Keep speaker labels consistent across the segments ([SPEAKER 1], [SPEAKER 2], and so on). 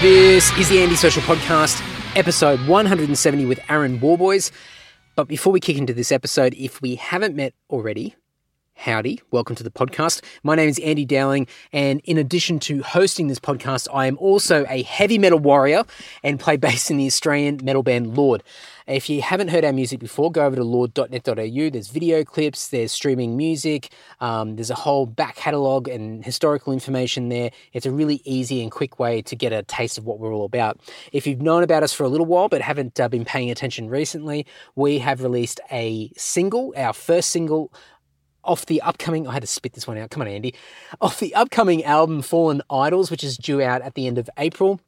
[SPEAKER 1] This is the Andy Social Podcast, episode 170 with Aaron Warboys. But before we kick into this episode, if we haven't met already, howdy, welcome to the podcast. My name is Andy Dowling, and in addition to hosting this podcast, I am also a heavy metal warrior and play bass in the Australian metal band Lord. If you haven't heard our music before, go over to lord.net.au. There's video clips, there's streaming music, um, there's a whole back catalogue and historical information there. It's a really easy and quick way to get a taste of what we're all about. If you've known about us for a little while but haven't uh, been paying attention recently, we have released a single, our first single off the upcoming I had to spit this one out. Come on, Andy. Off the upcoming album Fallen Idols, which is due out at the end of April.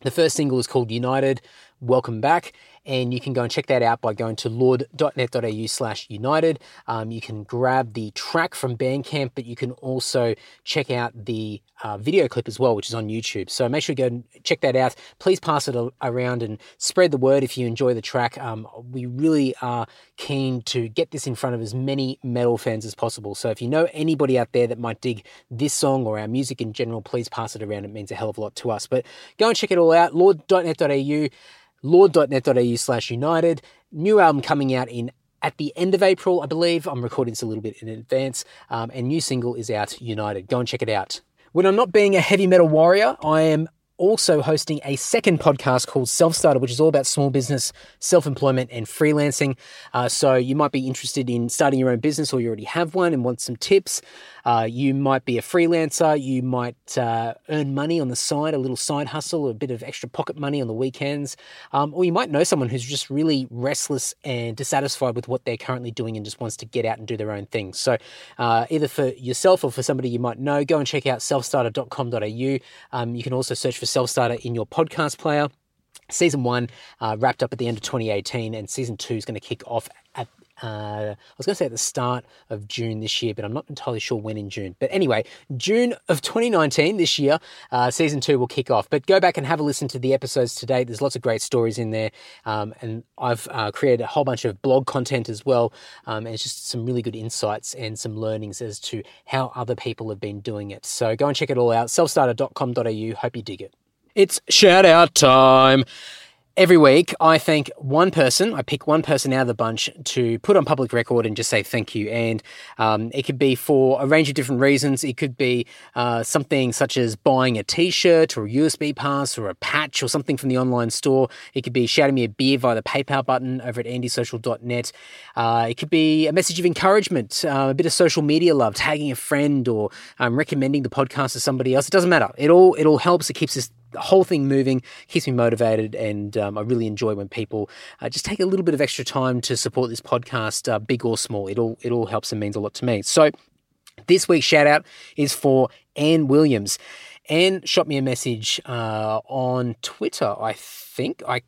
[SPEAKER 1] The first single is called United. Welcome back. And you can go and check that out by going to lord.net.au slash united. Um, you can grab the track from Bandcamp, but you can also check out the uh, video clip as well, which is on YouTube. So make sure you go and check that out. Please pass it a- around and spread the word if you enjoy the track. Um, we really are keen to get this in front of as many metal fans as possible. So if you know anybody out there that might dig this song or our music in general, please pass it around. It means a hell of a lot to us. But go and check it all out lord.net.au, lord.net.au slash united. New album coming out in at the end of April, I believe. I'm recording this a little bit in advance. Um, and new single is out, United. Go and check it out. When I'm not being a heavy metal warrior, I am also hosting a second podcast called Self Starter, which is all about small business, self employment, and freelancing. Uh, so you might be interested in starting your own business or you already have one and want some tips. Uh, you might be a freelancer. You might uh, earn money on the side, a little side hustle, a bit of extra pocket money on the weekends. Um, or you might know someone who's just really restless and dissatisfied with what they're currently doing and just wants to get out and do their own thing. So, uh, either for yourself or for somebody you might know, go and check out selfstarter.com.au. Um, you can also search for Selfstarter in your podcast player. Season one uh, wrapped up at the end of 2018, and season two is going to kick off at uh, I was going to say at the start of June this year, but I'm not entirely sure when in June. But anyway, June of 2019 this year, uh, season two will kick off. But go back and have a listen to the episodes today. There's lots of great stories in there. Um, and I've uh, created a whole bunch of blog content as well. Um, and it's just some really good insights and some learnings as to how other people have been doing it. So go and check it all out. Selfstarter.com.au. Hope you dig it. It's shout out time. Every week, I thank one person. I pick one person out of the bunch to put on public record and just say thank you. And um, it could be for a range of different reasons. It could be uh, something such as buying a t shirt or a USB pass or a patch or something from the online store. It could be shouting me a beer via the PayPal button over at andysocial.net. Uh, it could be a message of encouragement, uh, a bit of social media love, tagging a friend or um, recommending the podcast to somebody else. It doesn't matter. It all, it all helps. It keeps this the whole thing moving keeps me motivated and um, i really enjoy when people uh, just take a little bit of extra time to support this podcast uh, big or small it all it all helps and means a lot to me so this week's shout out is for Anne Williams. Anne shot me a message uh, on Twitter, I think. I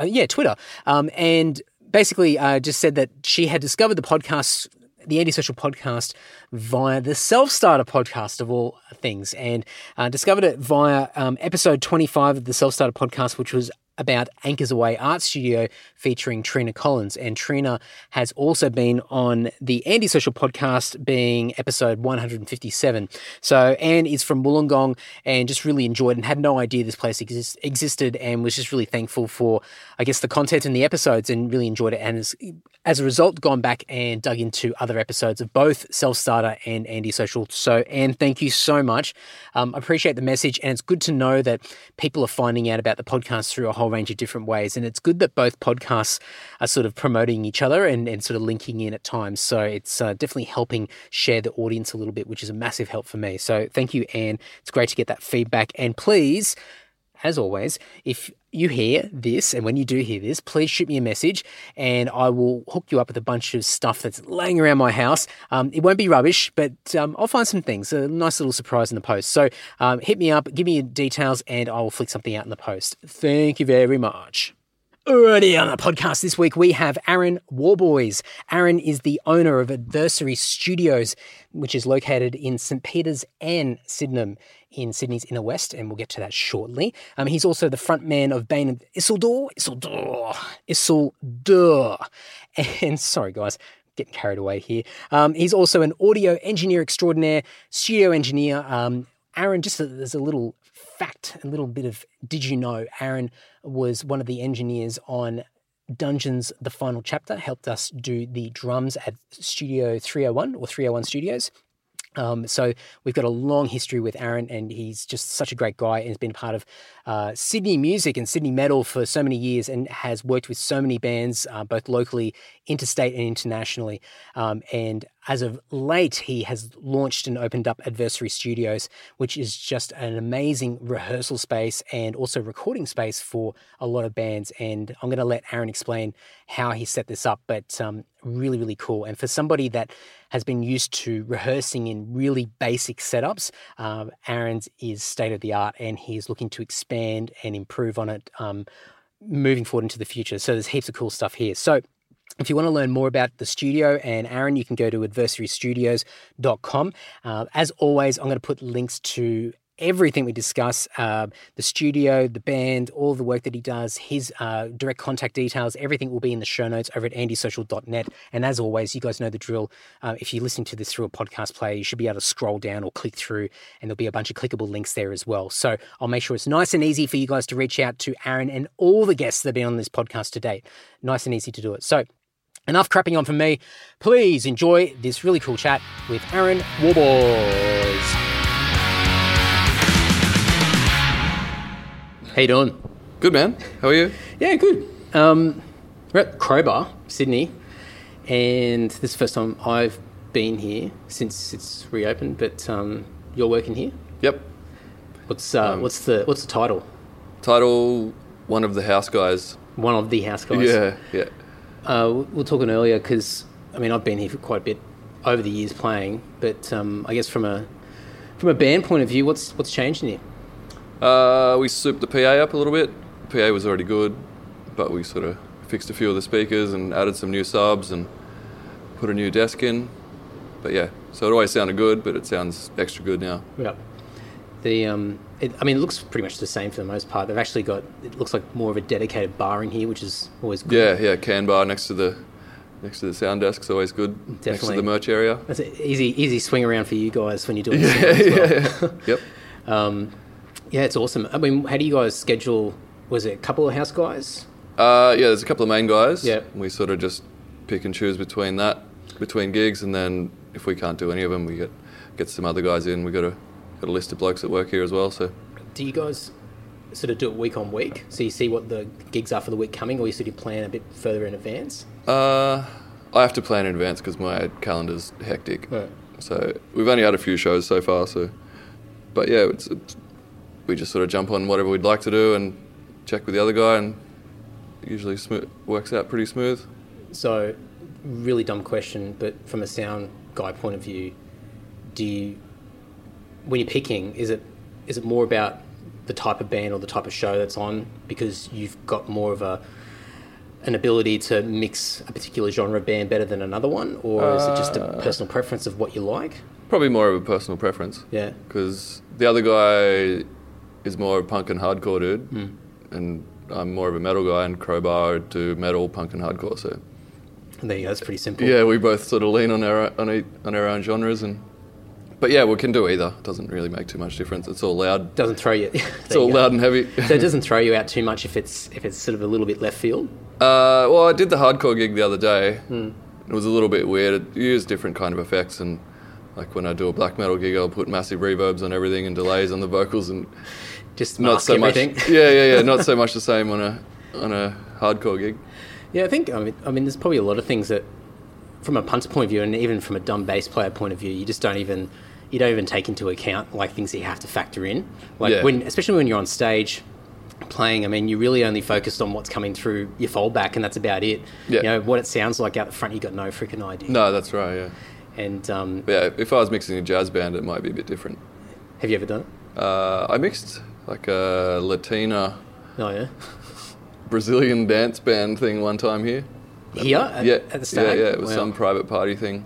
[SPEAKER 1] uh, yeah, Twitter, um, and basically uh, just said that she had discovered the podcast, the antisocial podcast, via the Self Starter podcast of all things, and uh, discovered it via um, episode twenty five of the Self Starter podcast, which was about Anchors Away Art Studio featuring Trina Collins. And Trina has also been on the Andy Social podcast, being episode 157. So Anne is from Wollongong and just really enjoyed and had no idea this place exist- existed and was just really thankful for, I guess, the content and the episodes and really enjoyed it. And has, as a result, gone back and dug into other episodes of both Self Starter and Andy Social. So, Anne, thank you so much. Um, I appreciate the message. And it's good to know that people are finding out about the podcast through a whole range of different ways. And it's good that both podcasts are sort of promoting each other and, and sort of linking in at times. So it's uh, definitely helping share the audience a little bit, which is a massive help for me. So thank you, Anne. It's great to get that feedback. And please, as always, if you hear this, and when you do hear this, please shoot me a message and I will hook you up with a bunch of stuff that's laying around my house. Um, it won't be rubbish, but um, I'll find some things, a nice little surprise in the post. So um, hit me up, give me your details, and I will flick something out in the post. Thank you very much. Already on the podcast this week, we have Aaron Warboys. Aaron is the owner of Adversary Studios, which is located in St. Peter's and Sydenham in Sydney's inner west, and we'll get to that shortly. Um, he's also the frontman of Bane and Isildur, Isildur, Isildur. And sorry, guys, getting carried away here. Um, he's also an audio engineer extraordinaire, studio engineer. Um, Aaron, just a, there's a little fact, a little bit of did you know, Aaron was one of the engineers on Dungeons, the final chapter, helped us do the drums at Studio 301 or 301 Studios. Um, so we've got a long history with Aaron, and he's just such a great guy, and has been part of uh, Sydney music and Sydney metal for so many years, and has worked with so many bands, uh, both locally, interstate, and internationally. Um, and as of late, he has launched and opened up Adversary Studios, which is just an amazing rehearsal space and also recording space for a lot of bands. And I'm going to let Aaron explain how he set this up, but um, really, really cool. And for somebody that has been used to rehearsing in really basic setups, um, Aaron's is state of the art and he's looking to expand and improve on it um, moving forward into the future. So there's heaps of cool stuff here. So if you want to learn more about the studio and Aaron, you can go to adversarystudios.com. Uh, as always, I'm going to put links to everything we discuss uh, the studio, the band, all the work that he does, his uh, direct contact details, everything will be in the show notes over at andysocial.net. And as always, you guys know the drill. Uh, if you're listening to this through a podcast player, you should be able to scroll down or click through, and there'll be a bunch of clickable links there as well. So I'll make sure it's nice and easy for you guys to reach out to Aaron and all the guests that have been on this podcast to date. Nice and easy to do it. So enough crapping on from me. Please enjoy this really cool chat with Aaron Warboys. How you doing?
[SPEAKER 2] Good man. How are you?
[SPEAKER 1] Yeah, good. Um, we're at Crowbar, Sydney, and this is the first time I've been here since it's reopened. But um, you're working here.
[SPEAKER 2] Yep.
[SPEAKER 1] What's
[SPEAKER 2] Um,
[SPEAKER 1] uh, what's the what's the title?
[SPEAKER 2] Title one of the house guys.
[SPEAKER 1] One of the house guys.
[SPEAKER 2] Yeah, yeah.
[SPEAKER 1] Uh, we we were talking earlier because I mean I've been here for quite a bit over the years playing, but um, I guess from a from a band point of view, what's what's changed in here?
[SPEAKER 2] Uh, we souped the PA up a little bit. PA was already good, but we sort of fixed a few of the speakers and added some new subs and put a new desk in. But yeah, so it always sounded good, but it sounds extra good now.
[SPEAKER 1] Yep. The um, it, I mean, it looks pretty much the same for the most part. They've actually got it looks like more of a dedicated bar in here, which is always good.
[SPEAKER 2] Yeah, yeah. Can bar next to the next to the sound desk's always good. Next to
[SPEAKER 1] Definitely.
[SPEAKER 2] the merch area.
[SPEAKER 1] That's an easy easy swing around for you guys when you're doing.
[SPEAKER 2] Yeah,
[SPEAKER 1] Yeah,
[SPEAKER 2] yeah. yep.
[SPEAKER 1] yeah, it's awesome. I mean, how do you guys schedule? Was it a couple of house guys?
[SPEAKER 2] Uh, yeah, there's a couple of main guys.
[SPEAKER 1] Yeah.
[SPEAKER 2] We sort of just pick and choose between that, between gigs, and then if we can't do any of them, we get get some other guys in. We got a got a list of blokes that work here as well. So
[SPEAKER 1] Do you guys sort of do it week on week? So you see what the gigs are for the week coming, or you sort of plan a bit further in advance?
[SPEAKER 2] uh, I have to plan in advance because my calendar's hectic.
[SPEAKER 1] Right.
[SPEAKER 2] So we've only had a few shows so far. So, but yeah, it's, it's we just sort of jump on whatever we'd like to do and check with the other guy, and it usually smo- works out pretty smooth.
[SPEAKER 1] So, really dumb question, but from a sound guy point of view, do you, when you're picking, is it is it more about the type of band or the type of show that's on because you've got more of a an ability to mix a particular genre of band better than another one, or is it just
[SPEAKER 2] Uh,
[SPEAKER 1] a personal preference of what you like?
[SPEAKER 2] Probably more of a personal preference.
[SPEAKER 1] Yeah,
[SPEAKER 2] because the other guy is more of a punk and hardcore dude, and I'm more of a metal guy, and Crowbar do metal, punk, and hardcore. So
[SPEAKER 1] there you go. That's pretty simple.
[SPEAKER 2] yeah, we both sort of lean on our on, e- on our own genres, and but yeah, we can do either. It doesn't really make too much difference. It's all loud.
[SPEAKER 1] doesn't throw you.
[SPEAKER 2] It's all loud and heavy.
[SPEAKER 1] So it doesn't throw you out too much if it's if it's sort of a little bit left field.
[SPEAKER 2] Uh, well, I did the hardcore gig the other day. It was a little bit weird. It used different kind of effects, and like when I do a black metal gig, I'll put massive reverbs on everything and delays on the vocals, and
[SPEAKER 1] Just
[SPEAKER 2] not
[SPEAKER 1] mask
[SPEAKER 2] so
[SPEAKER 1] everything.
[SPEAKER 2] much. Yeah, yeah, yeah. Not so much the same on a on a hardcore gig.
[SPEAKER 1] Yeah, I think I mean, I mean, there's probably a lot of things that, from a punter's point of view, and even from a dumb bass player point of view, you just don't even you don't even take into account like things that you have to factor in. Like
[SPEAKER 2] Yeah.
[SPEAKER 1] when, especially when you're on stage playing, I mean, you're really only focused on what's coming through your foldback, and that's about it.
[SPEAKER 2] Yeah.
[SPEAKER 1] You know what it sounds like out the front, you got no freaking idea.
[SPEAKER 2] No, that's right. Yeah,
[SPEAKER 1] And um,
[SPEAKER 2] but yeah. If I was mixing a jazz band, it might be a bit different.
[SPEAKER 1] have you ever done it?
[SPEAKER 2] Uh, I mixed like a Latina
[SPEAKER 1] No, yeah.
[SPEAKER 2] Brazilian dance band thing one time here.
[SPEAKER 1] Here at,
[SPEAKER 2] yeah,
[SPEAKER 1] at the stag.
[SPEAKER 2] yeah, yeah. It was
[SPEAKER 1] Wow.
[SPEAKER 2] some private party thing.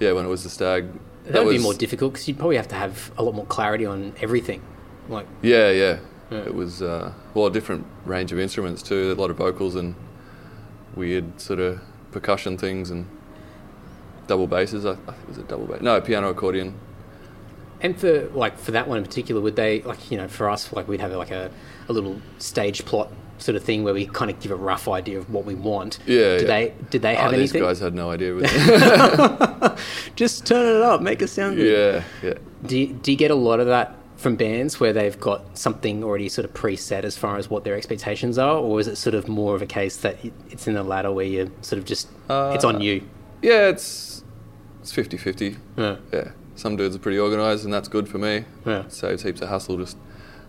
[SPEAKER 2] Yeah, when it was the stag.
[SPEAKER 1] That, would be more difficult because you'd probably have to have a lot more clarity on everything. Like
[SPEAKER 2] Yeah, yeah. It was uh, well a different range of instruments too. A lot of vocals and weird sort of percussion things and double basses. I, I think it was a double bass. No, piano accordion.
[SPEAKER 1] And for like for that one in particular, would they like you know for us like we'd have like a, a little stage plot sort of thing where we kind of give a rough idea of what we want.
[SPEAKER 2] Yeah,
[SPEAKER 1] Did
[SPEAKER 2] yeah.
[SPEAKER 1] they did they
[SPEAKER 2] Oh,
[SPEAKER 1] have
[SPEAKER 2] these
[SPEAKER 1] anything?
[SPEAKER 2] guys had no idea. With it.
[SPEAKER 1] Just turn it up, make it sound good.
[SPEAKER 2] yeah, yeah.
[SPEAKER 1] Do you, do you get a lot of that from bands where they've got something already sort of preset as far as what their expectations are, or is it sort of more of a case that it- it's in the latter where you're sort of just it's
[SPEAKER 2] Uh,
[SPEAKER 1] on you?
[SPEAKER 2] Yeah, it's it's 50 50.
[SPEAKER 1] Yeah.
[SPEAKER 2] Yeah. Some dudes are pretty organised, and that's good for me.
[SPEAKER 1] Yeah.
[SPEAKER 2] So it's heaps of hassle. Just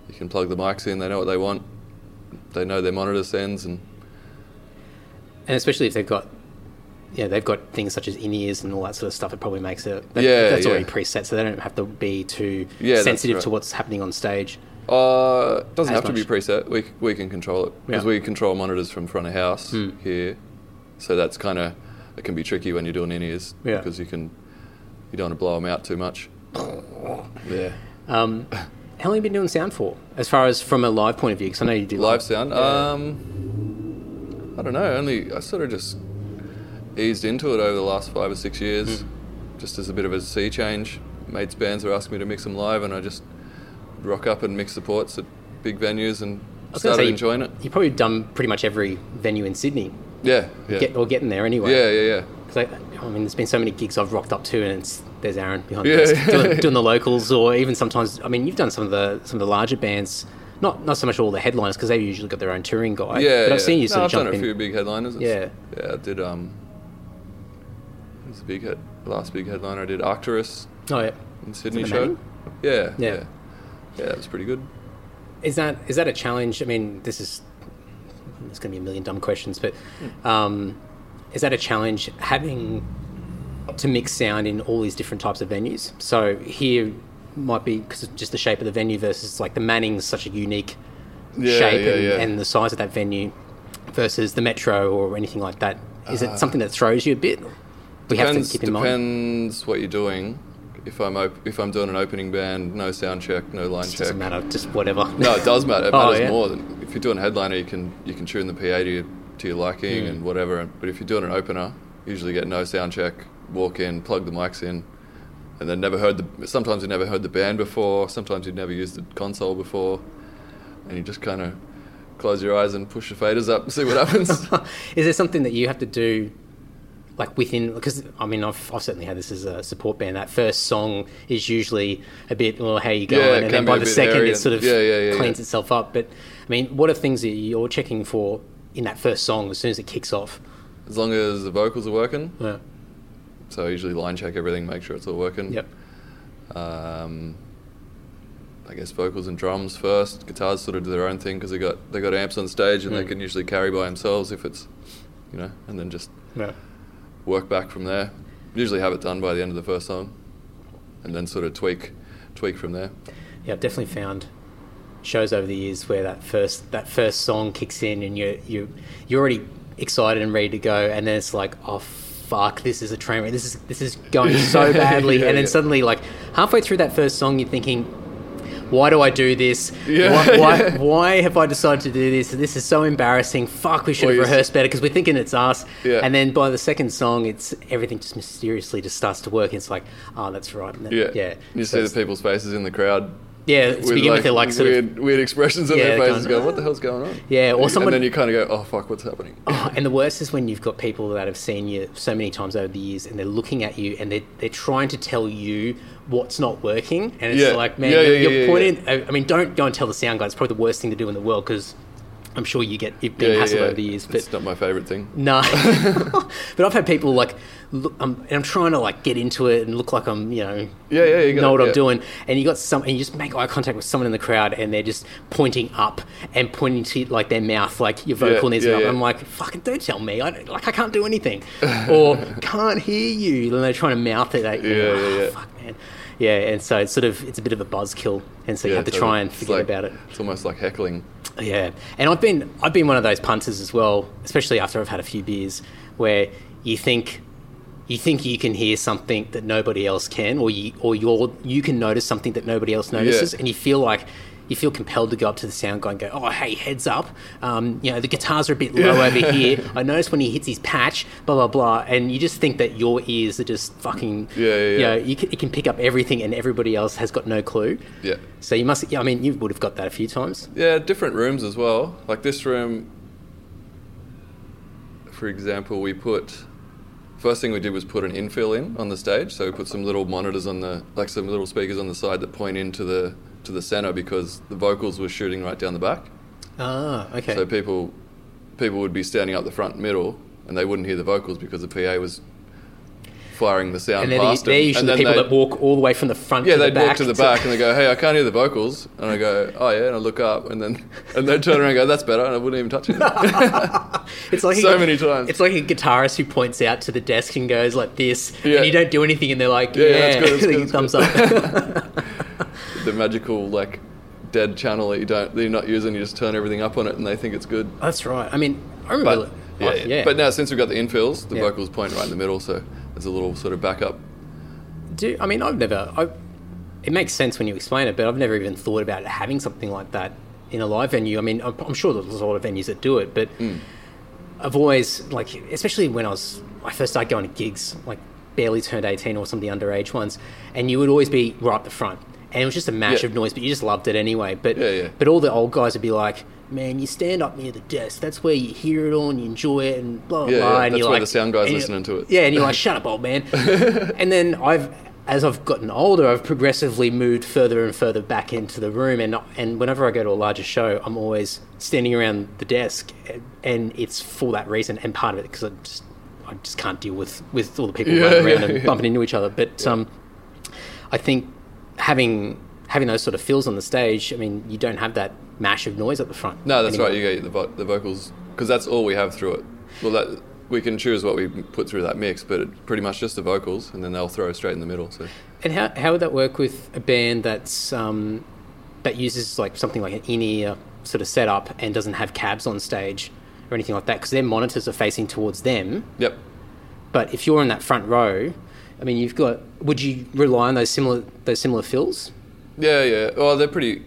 [SPEAKER 2] you can plug the mics in, they know what they want, they know their monitor sends, and
[SPEAKER 1] And especially if they've got yeah, they've got things such as in ears and all that sort of stuff. It probably makes it that,
[SPEAKER 2] Yeah,
[SPEAKER 1] that's already
[SPEAKER 2] yeah.
[SPEAKER 1] preset, so they don't have to be too
[SPEAKER 2] Yeah, that's
[SPEAKER 1] sensitive
[SPEAKER 2] right.
[SPEAKER 1] to what's happening on stage.
[SPEAKER 2] uh, it doesn't
[SPEAKER 1] As
[SPEAKER 2] have to
[SPEAKER 1] much.
[SPEAKER 2] be preset. We, c- we can control it because
[SPEAKER 1] Yeah. Hmm.
[SPEAKER 2] we control monitors from front of house here. So that's kind of it can be tricky when you're doing in ears
[SPEAKER 1] Yeah.
[SPEAKER 2] because you can you don't want to blow them out too much. yeah.
[SPEAKER 1] How long have you been doing sound for, as far as from a live point of view? Because I know you do
[SPEAKER 2] Live sound. Um, I don't know. Only I sort of just eased into it over the last five or six years,
[SPEAKER 1] Hmm.
[SPEAKER 2] just as a bit of a sea change. Mates bands were asking me to mix them live, and I just rock up and mix supports at big venues and
[SPEAKER 1] I was gonna
[SPEAKER 2] started
[SPEAKER 1] say,
[SPEAKER 2] enjoying it.
[SPEAKER 1] You've probably done pretty much every venue in Sydney,
[SPEAKER 2] Yeah, yeah,
[SPEAKER 1] get, or getting there anyway.
[SPEAKER 2] yeah, yeah, yeah.
[SPEAKER 1] 'Cause I, I mean, there's been so many gigs I've rocked up to, and it's there's Aaron behind
[SPEAKER 2] Yeah.
[SPEAKER 1] the desk doing, doing the locals, or even sometimes. I mean, you've done some of the some of the larger bands, not not so much all the headliners because they've usually got their own touring guy.
[SPEAKER 2] Yeah,
[SPEAKER 1] but
[SPEAKER 2] yeah.
[SPEAKER 1] I've seen you
[SPEAKER 2] No,
[SPEAKER 1] sort
[SPEAKER 2] I've
[SPEAKER 1] of jump
[SPEAKER 2] done a
[SPEAKER 1] in.
[SPEAKER 2] few big headliners. It's- yeah. I did. Um, it was a big head, last big headliner I did Arcturus
[SPEAKER 1] Oh yeah,
[SPEAKER 2] in Sydney
[SPEAKER 1] the
[SPEAKER 2] show.
[SPEAKER 1] Manning?
[SPEAKER 2] Yeah,
[SPEAKER 1] Yeah.
[SPEAKER 2] yeah, yeah. That was pretty good.
[SPEAKER 1] is that is that a challenge? I mean, this is there's going to be a million dumb questions, but um, is that a challenge having to mix sound in all these different types of venues? So here might be because just the shape of the venue versus like the Manning's such a unique
[SPEAKER 2] Yeah,
[SPEAKER 1] shape
[SPEAKER 2] yeah,
[SPEAKER 1] and,
[SPEAKER 2] yeah.
[SPEAKER 1] and the size of that venue versus the metro or anything like that. Is it something that throws you a bit? We have to
[SPEAKER 2] Uh, Depends,
[SPEAKER 1] keep in mind.
[SPEAKER 2] depends what you're doing. If I'm op- if I'm doing an opening band, no sound check, no line
[SPEAKER 1] It
[SPEAKER 2] check.
[SPEAKER 1] doesn't matter, just whatever.
[SPEAKER 2] No, it does matter. It
[SPEAKER 1] Oh,
[SPEAKER 2] matters
[SPEAKER 1] yeah.
[SPEAKER 2] more than if you're doing a headliner. You can you can tune the PA to your, to your
[SPEAKER 1] Hmm.
[SPEAKER 2] liking and whatever. But if you're doing an opener, you usually get no sound check. Walk in, plug the mics in, and then never heard the. Sometimes you never heard the band before. Sometimes you'd never used the console before, and you just kind of close your eyes and push the faders up and see what happens.
[SPEAKER 1] is there something that you have to do like within because i mean I've, I've certainly had this as a support band that first song is usually a bit well how you go
[SPEAKER 2] Yeah, it
[SPEAKER 1] and
[SPEAKER 2] can
[SPEAKER 1] then
[SPEAKER 2] be
[SPEAKER 1] by
[SPEAKER 2] a
[SPEAKER 1] the
[SPEAKER 2] bit
[SPEAKER 1] second
[SPEAKER 2] hairy
[SPEAKER 1] it sort
[SPEAKER 2] and-
[SPEAKER 1] of
[SPEAKER 2] yeah, yeah, yeah,
[SPEAKER 1] cleans
[SPEAKER 2] yeah.
[SPEAKER 1] itself up but i mean what are things that you're checking for in that first song as soon as it kicks off
[SPEAKER 2] as long as the vocals are working,
[SPEAKER 1] yeah.
[SPEAKER 2] so I usually line check everything, make sure it's all working.
[SPEAKER 1] yep
[SPEAKER 2] um, I guess vocals and drums first. Guitars sort of do their own thing because they got they got amps on stage and they
[SPEAKER 1] Mm.
[SPEAKER 2] can usually carry by themselves if it's, you know, and then just
[SPEAKER 1] yeah
[SPEAKER 2] work back from there. Usually have it done by the end of the first song, and then sort of tweak tweak from there.
[SPEAKER 1] yeah i've definitely found shows over the years where that first that first song kicks in and you you you're already excited and ready to go and then it's like oh fuck this is a train wreck this is this is going so badly
[SPEAKER 2] Yeah,
[SPEAKER 1] and then
[SPEAKER 2] yeah.
[SPEAKER 1] suddenly like halfway through that first song you're thinking why do I do this?
[SPEAKER 2] Yeah,
[SPEAKER 1] why, why,
[SPEAKER 2] yeah.
[SPEAKER 1] why have I decided to do this? This is so embarrassing. Fuck, we should
[SPEAKER 2] Or
[SPEAKER 1] have
[SPEAKER 2] you s-
[SPEAKER 1] rehearsed better because we're thinking it's us.
[SPEAKER 2] Yeah.
[SPEAKER 1] And then by the second song, it's everything just mysteriously just starts to work. It's like, oh, that's right. And then-
[SPEAKER 2] Yeah,
[SPEAKER 1] yeah.
[SPEAKER 2] You
[SPEAKER 1] So
[SPEAKER 2] see
[SPEAKER 1] it's-
[SPEAKER 2] the people's faces in the crowd.
[SPEAKER 1] yeah. To begin with, they're like sort of
[SPEAKER 2] weird, weird expressions on
[SPEAKER 1] Yeah,
[SPEAKER 2] their faces,
[SPEAKER 1] going,
[SPEAKER 2] going, "What the hell's going on?"
[SPEAKER 1] Yeah, or
[SPEAKER 2] And-
[SPEAKER 1] someone-
[SPEAKER 2] and then you kind of go, "Oh fuck, what's happening?"
[SPEAKER 1] Oh, and the worst is when you've got people that have seen you so many times over the years and they're looking at you and they're, they're trying to tell you what's not working. And it's
[SPEAKER 2] Yeah.
[SPEAKER 1] like, man,
[SPEAKER 2] Yeah,
[SPEAKER 1] you're,
[SPEAKER 2] yeah,
[SPEAKER 1] you're
[SPEAKER 2] yeah,
[SPEAKER 1] pointing. I- I mean, don't go and tell the sound guy. It's probably the worst thing to do in the world because I'm sure you get, you've been hassled over the years. But
[SPEAKER 2] it's not my favorite thing.
[SPEAKER 1] no, but I've had people like, look, I'm, and I'm trying to like get into it and look like I'm, you know,
[SPEAKER 2] Yeah, yeah, you got
[SPEAKER 1] know
[SPEAKER 2] it,
[SPEAKER 1] what I'm
[SPEAKER 2] yeah.
[SPEAKER 1] doing. And you got some, and you just make eye contact with someone in the crowd, and they're just pointing up and pointing to like their mouth, like your vocal
[SPEAKER 2] Yeah,
[SPEAKER 1] needs
[SPEAKER 2] yeah,
[SPEAKER 1] up.
[SPEAKER 2] yeah.
[SPEAKER 1] I'm like, fucking don't tell me, I don't- like I can't do anything, or can't hear you. And they're trying to mouth it at you.
[SPEAKER 2] Yeah,
[SPEAKER 1] Like,
[SPEAKER 2] yeah,
[SPEAKER 1] "Ah,
[SPEAKER 2] yeah.
[SPEAKER 1] Fuck, man. Yeah, and so it's sort of it's a bit of a buzzkill, and so you
[SPEAKER 2] Yeah,
[SPEAKER 1] have to
[SPEAKER 2] totally.
[SPEAKER 1] try and
[SPEAKER 2] It's
[SPEAKER 1] forget
[SPEAKER 2] like-
[SPEAKER 1] about it.
[SPEAKER 2] It's almost like heckling.
[SPEAKER 1] Yeah, and I've been I've been one of those punters as well, especially after I've had a few beers, where you think you think you can hear something that nobody else can, or you or you're you can notice something that nobody else notices, and you feel like you feel compelled to go up to the sound guy and go, "Oh, hey, heads up! Um, you know the guitars are a bit low over here. I noticed when he hits his patch, blah blah blah." And you just think that your ears are just fucking,
[SPEAKER 2] Yeah, yeah,
[SPEAKER 1] you
[SPEAKER 2] yeah.
[SPEAKER 1] know, you can, it can pick up everything, and everybody else has got no clue.
[SPEAKER 2] Yeah.
[SPEAKER 1] So you must. yeah, I mean, you would have got that a few times.
[SPEAKER 2] Yeah, different rooms as well. Like this room, for example, we put. First thing we did was put an infill in on the stage, so we put some little monitors on the, like some little speakers on the side that point into the to the center because the vocals were shooting right down the back.
[SPEAKER 1] Ah, okay.
[SPEAKER 2] So people people would be standing up the front middle and they wouldn't hear the vocals because the PA was firing the sound
[SPEAKER 1] and they're, the,
[SPEAKER 2] past
[SPEAKER 1] they're
[SPEAKER 2] them.
[SPEAKER 1] usually
[SPEAKER 2] And
[SPEAKER 1] the
[SPEAKER 2] then
[SPEAKER 1] people
[SPEAKER 2] they'd-
[SPEAKER 1] that walk all the way from the front.
[SPEAKER 2] yeah,
[SPEAKER 1] to the
[SPEAKER 2] they'd
[SPEAKER 1] back
[SPEAKER 2] walk to the back and they go, "Hey, I can't hear the vocals," and I go, "Oh yeah," and I look up and then and they turn around and go, "That's better," and I wouldn't even touch it.
[SPEAKER 1] It's like
[SPEAKER 2] So many times.
[SPEAKER 1] It's like a guitarist who points out to the desk and goes like this,
[SPEAKER 2] Yeah.
[SPEAKER 1] and you don't do anything, and they're like, "Yeah,
[SPEAKER 2] yeah, that's good, that's
[SPEAKER 1] Like,
[SPEAKER 2] good, that's
[SPEAKER 1] thumbs up."
[SPEAKER 2] the magical like dead channel that you don't that you're not using, you just turn everything up on it and they think it's good.
[SPEAKER 1] that's right. I mean, I
[SPEAKER 2] But
[SPEAKER 1] remember.
[SPEAKER 2] yeah,
[SPEAKER 1] like,
[SPEAKER 2] yeah. but now since we've got the infills, the
[SPEAKER 1] Yeah.
[SPEAKER 2] vocals point right in the middle, so there's a little sort of backup
[SPEAKER 1] do I mean I've never. I, it makes sense when you explain it, but I've never even thought about having something like that in a live venue. I mean, I'm, I'm sure there's a lot of venues that do it, but
[SPEAKER 2] Mm.
[SPEAKER 1] I've always like, especially when I was I first started going to gigs, like barely turned 18 or some of the underage ones, and you would always be right up the front, and it was just a mash
[SPEAKER 2] Yeah.
[SPEAKER 1] of noise, but you just loved it anyway. But
[SPEAKER 2] Yeah, yeah.
[SPEAKER 1] but all the old guys would be like. Man, you stand up near the desk. That's where you hear it all and you enjoy it and blah blah
[SPEAKER 2] Yeah, yeah,
[SPEAKER 1] blah. and
[SPEAKER 2] that's
[SPEAKER 1] you're
[SPEAKER 2] where
[SPEAKER 1] like,
[SPEAKER 2] the sound guy's
[SPEAKER 1] and you-
[SPEAKER 2] listening to it.
[SPEAKER 1] Yeah, and you're like, shut up, old man. and then I've, as I've gotten older, I've progressively moved further and further back into the room. And and whenever I go to a larger show, I'm always standing around the desk, and, and it's for that reason and part of it because I just I just can't deal with with all the people
[SPEAKER 2] Yeah,
[SPEAKER 1] running around
[SPEAKER 2] yeah,
[SPEAKER 1] and
[SPEAKER 2] yeah.
[SPEAKER 1] bumping into each other. But um, I think having having those sort of fills on the stage, I mean, you don't have that mash of noise at the front.
[SPEAKER 2] No, that's
[SPEAKER 1] anymore.
[SPEAKER 2] right. You get the, vo- the vocals because that's all we have through it. Well, that we can choose what we put through that mix, but it, pretty much just the vocals, and then they'll throw straight in the middle. So
[SPEAKER 1] And how, how would that work with a band that's um, that uses like something like an in-ear sort of setup and doesn't have cabs on stage or anything like that? Because their monitors are facing towards them.
[SPEAKER 2] yep,
[SPEAKER 1] But if you're in that front row, I mean, you've got. Would you rely on those similar those similar fills?
[SPEAKER 2] yeah, yeah. Well, they're pretty,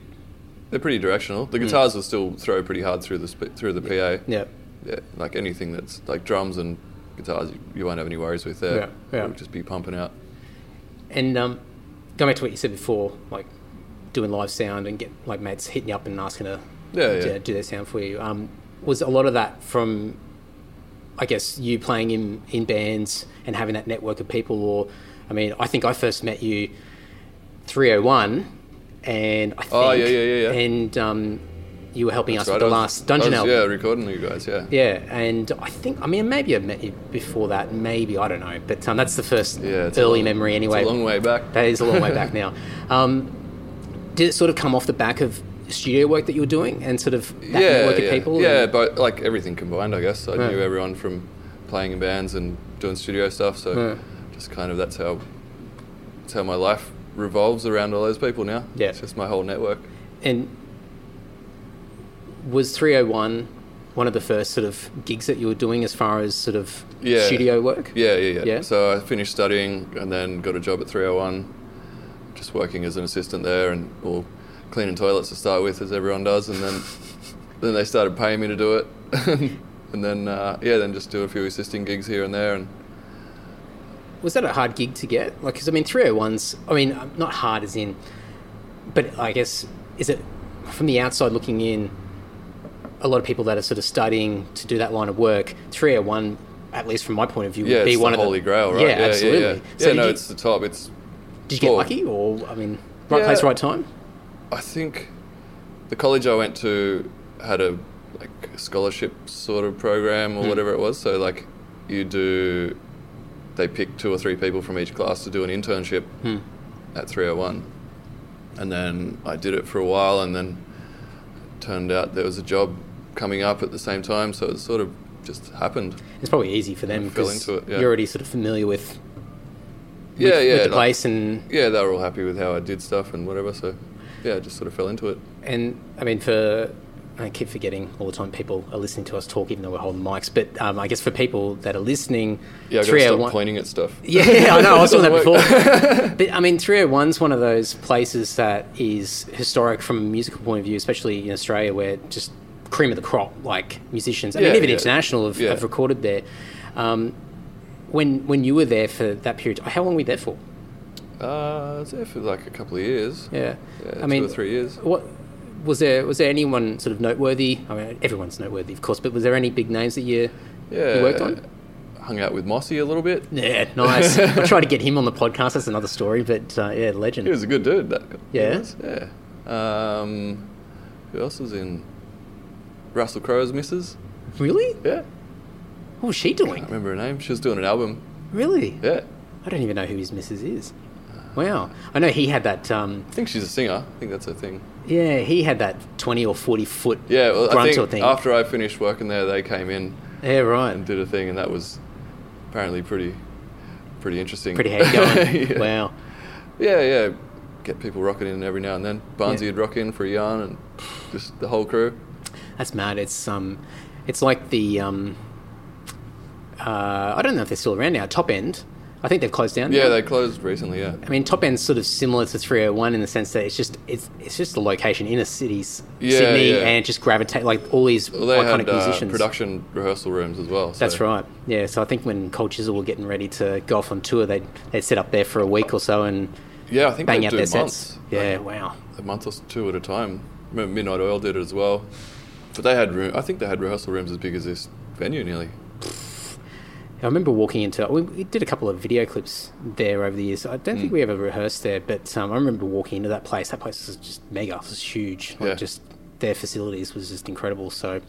[SPEAKER 2] they're pretty directional. The guitars will still throw pretty hard through the sp- through the PA.
[SPEAKER 1] Hmm. Yeah.
[SPEAKER 2] yeah, like anything that's like drums and guitars, you, you won't have any worries with there.
[SPEAKER 1] Yeah, yeah.
[SPEAKER 2] It'll just be pumping out.
[SPEAKER 1] And um, going back to what you said before, like doing live sound and get like mates hitting you up and asking to
[SPEAKER 2] Yeah, yeah.
[SPEAKER 1] to do their sound for you. Um, was a lot of that from, I guess, you playing in in bands and having that network of people? Or, I mean, I think I first met you, three hundred one, and I think,
[SPEAKER 2] Oh, yeah, yeah, yeah, yeah.
[SPEAKER 1] and um, you were helping us
[SPEAKER 2] Right,
[SPEAKER 1] with the
[SPEAKER 2] I was-
[SPEAKER 1] last dungeon
[SPEAKER 2] I was,
[SPEAKER 1] album.
[SPEAKER 2] Yeah, recording you guys. Yeah,
[SPEAKER 1] Yeah, and I think I mean maybe I met you before that, maybe I don't know, but um, that's the first
[SPEAKER 2] yeah. it's a
[SPEAKER 1] early
[SPEAKER 2] long-
[SPEAKER 1] memory anyway.
[SPEAKER 2] It's a long way back.
[SPEAKER 1] That is a long way back now. Um, did it sort of come off the back of studio work that you were doing and sort of that network
[SPEAKER 2] yeah.
[SPEAKER 1] of people?
[SPEAKER 2] Yeah,
[SPEAKER 1] and-
[SPEAKER 2] but like everything combined, I guess. I
[SPEAKER 1] Yeah.
[SPEAKER 2] knew everyone from playing in bands and doing studio stuff, so
[SPEAKER 1] Yeah.
[SPEAKER 2] just kind of that's how that's how my life revolves around all those people now.
[SPEAKER 1] Yeah.
[SPEAKER 2] It's just my whole network.
[SPEAKER 1] and was 301 one of the first sort of gigs that you were doing as far as sort of
[SPEAKER 2] Yeah.
[SPEAKER 1] studio work?
[SPEAKER 2] Yeah, yeah, yeah.
[SPEAKER 1] Yeah.
[SPEAKER 2] So I finished studying and then got a job at 301, just working as an assistant there and well, cleaning toilets to start with, as everyone does, and then then they started paying me to do it, and then uh, yeah, then just do a few assisting gigs here and there, and
[SPEAKER 1] Was that a hard gig to get? Like, because I mean, 301's, I mean, um, not hard as in, but I guess, is it from the outside looking in, a lot of people that are sort of studying to do that line of work, 301, at least from my point of view, would
[SPEAKER 2] yeah,
[SPEAKER 1] be
[SPEAKER 2] it's
[SPEAKER 1] one
[SPEAKER 2] the
[SPEAKER 1] of
[SPEAKER 2] holy
[SPEAKER 1] the,
[SPEAKER 2] grail, right?
[SPEAKER 1] Yeah, absolutely.
[SPEAKER 2] Yeah, yeah.
[SPEAKER 1] So
[SPEAKER 2] Yeah,
[SPEAKER 1] did,
[SPEAKER 2] no,
[SPEAKER 1] you,
[SPEAKER 2] it's the top. It's
[SPEAKER 1] did you get
[SPEAKER 2] cool.
[SPEAKER 1] lucky or, I mean, right
[SPEAKER 2] Yeah.
[SPEAKER 1] place, right time?
[SPEAKER 2] I think the college I went to had a like scholarship sort of program
[SPEAKER 1] Hmm.
[SPEAKER 2] or whatever it was. So like you do, they pick two or three people from each class to do an internship
[SPEAKER 1] Hmm.
[SPEAKER 2] at 301, and then I did it for a while, and then turned out there was a job coming up at the same time. So it sort of just happened.
[SPEAKER 1] It's probably easy for them
[SPEAKER 2] Fell
[SPEAKER 1] because
[SPEAKER 2] into it, yeah.
[SPEAKER 1] you're already sort of familiar with,
[SPEAKER 2] Yeah, yeah,
[SPEAKER 1] with the
[SPEAKER 2] like-
[SPEAKER 1] place and
[SPEAKER 2] yeah. They were all happy with how I did stuff and whatever. So yeah, I just sort of fell into it.
[SPEAKER 1] And I mean, for I keep forgetting all the time people are listening to us talk, even though we're holding mics. But um, I guess for people that are listening,
[SPEAKER 2] Yeah, I gotta stop
[SPEAKER 1] 301
[SPEAKER 2] pointing at stuff.
[SPEAKER 1] Yeah, yeah, I know. I was doing that
[SPEAKER 2] Doesn't
[SPEAKER 1] before. but I mean, 301's one of those places that is historic from a musical point of view, especially in Australia, where just cream of the crop, like musicians, I mean,
[SPEAKER 2] Yeah,
[SPEAKER 1] even
[SPEAKER 2] yeah.
[SPEAKER 1] international have,
[SPEAKER 2] Yeah.
[SPEAKER 1] have recorded there. Um, when when you were there for that period, how long were you there for?
[SPEAKER 2] Uh, I was there for like a couple of years.
[SPEAKER 1] Yeah,
[SPEAKER 2] Yeah,
[SPEAKER 1] I mean,
[SPEAKER 2] Uh, two or three years.
[SPEAKER 1] What was there? Was there anyone sort of noteworthy? I mean, everyone's noteworthy, of course, but was there any big names that you
[SPEAKER 2] Yeah.
[SPEAKER 1] you worked on?
[SPEAKER 2] Hung out with Mossy a little bit.
[SPEAKER 1] Yeah, nice. I tried to get him on the podcast. That's another story, but uh, yeah, legend.
[SPEAKER 2] He was a good dude. That guy.
[SPEAKER 1] Yeah?
[SPEAKER 2] He was, yeah. Um, who else was in? Russell Crowe's missus.
[SPEAKER 1] really?
[SPEAKER 2] Yeah.
[SPEAKER 1] What was she doing?
[SPEAKER 2] I remember her name. She was doing an album.
[SPEAKER 1] Really?
[SPEAKER 2] Yeah.
[SPEAKER 1] I don't even know who his missus is. Wow. I know he had that. Um,
[SPEAKER 2] I think she's a singer. I think that's her thing.
[SPEAKER 1] yeah, he had that twenty or forty foot
[SPEAKER 2] Yeah. Well, I
[SPEAKER 1] grunter
[SPEAKER 2] think
[SPEAKER 1] thing.
[SPEAKER 2] after I finished working there, they came in
[SPEAKER 1] yeah, right.
[SPEAKER 2] and did a thing, and that was apparently pretty, pretty interesting.
[SPEAKER 1] Pretty head going.
[SPEAKER 2] yeah.
[SPEAKER 1] Wow.
[SPEAKER 2] Yeah, yeah. Get people rocking in every now and then. Barnsley would rock in for a yarn and just the whole crew.
[SPEAKER 1] That's mad. It's um, it's like the um, uh, I don't know if they're still around now. Top End. I think they've closed down.
[SPEAKER 2] Yeah,
[SPEAKER 1] now.
[SPEAKER 2] they closed recently, yeah.
[SPEAKER 1] I mean, Top End's sort of similar to 301 in the sense that it's just it's it's just a location in a city's
[SPEAKER 2] Yeah,
[SPEAKER 1] Sydney,
[SPEAKER 2] yeah.
[SPEAKER 1] and it just gravitate like all these
[SPEAKER 2] Well, they
[SPEAKER 1] iconic
[SPEAKER 2] had uh,
[SPEAKER 1] musicians.
[SPEAKER 2] production rehearsal rooms as well. So.
[SPEAKER 1] That's right. Yeah. So I think when Cold Chisel were getting ready to go off on tour, they'd, they'd set up there for a week or so and
[SPEAKER 2] Yeah, I think
[SPEAKER 1] bang
[SPEAKER 2] they
[SPEAKER 1] out
[SPEAKER 2] do
[SPEAKER 1] their
[SPEAKER 2] months.
[SPEAKER 1] sets. Yeah. wow.
[SPEAKER 2] A month or two at a time. Remember Midnight Oil did it as well. But they had room. I think they had rehearsal rooms as big as this venue nearly.
[SPEAKER 1] I remember walking into. We, we did a couple of video clips there over the years. I don't
[SPEAKER 2] Hmm.
[SPEAKER 1] think we ever rehearsed there, but um, I remember walking into that place. That place was just mega. It was huge. Like
[SPEAKER 2] Yeah.
[SPEAKER 1] Just their facilities was just incredible. So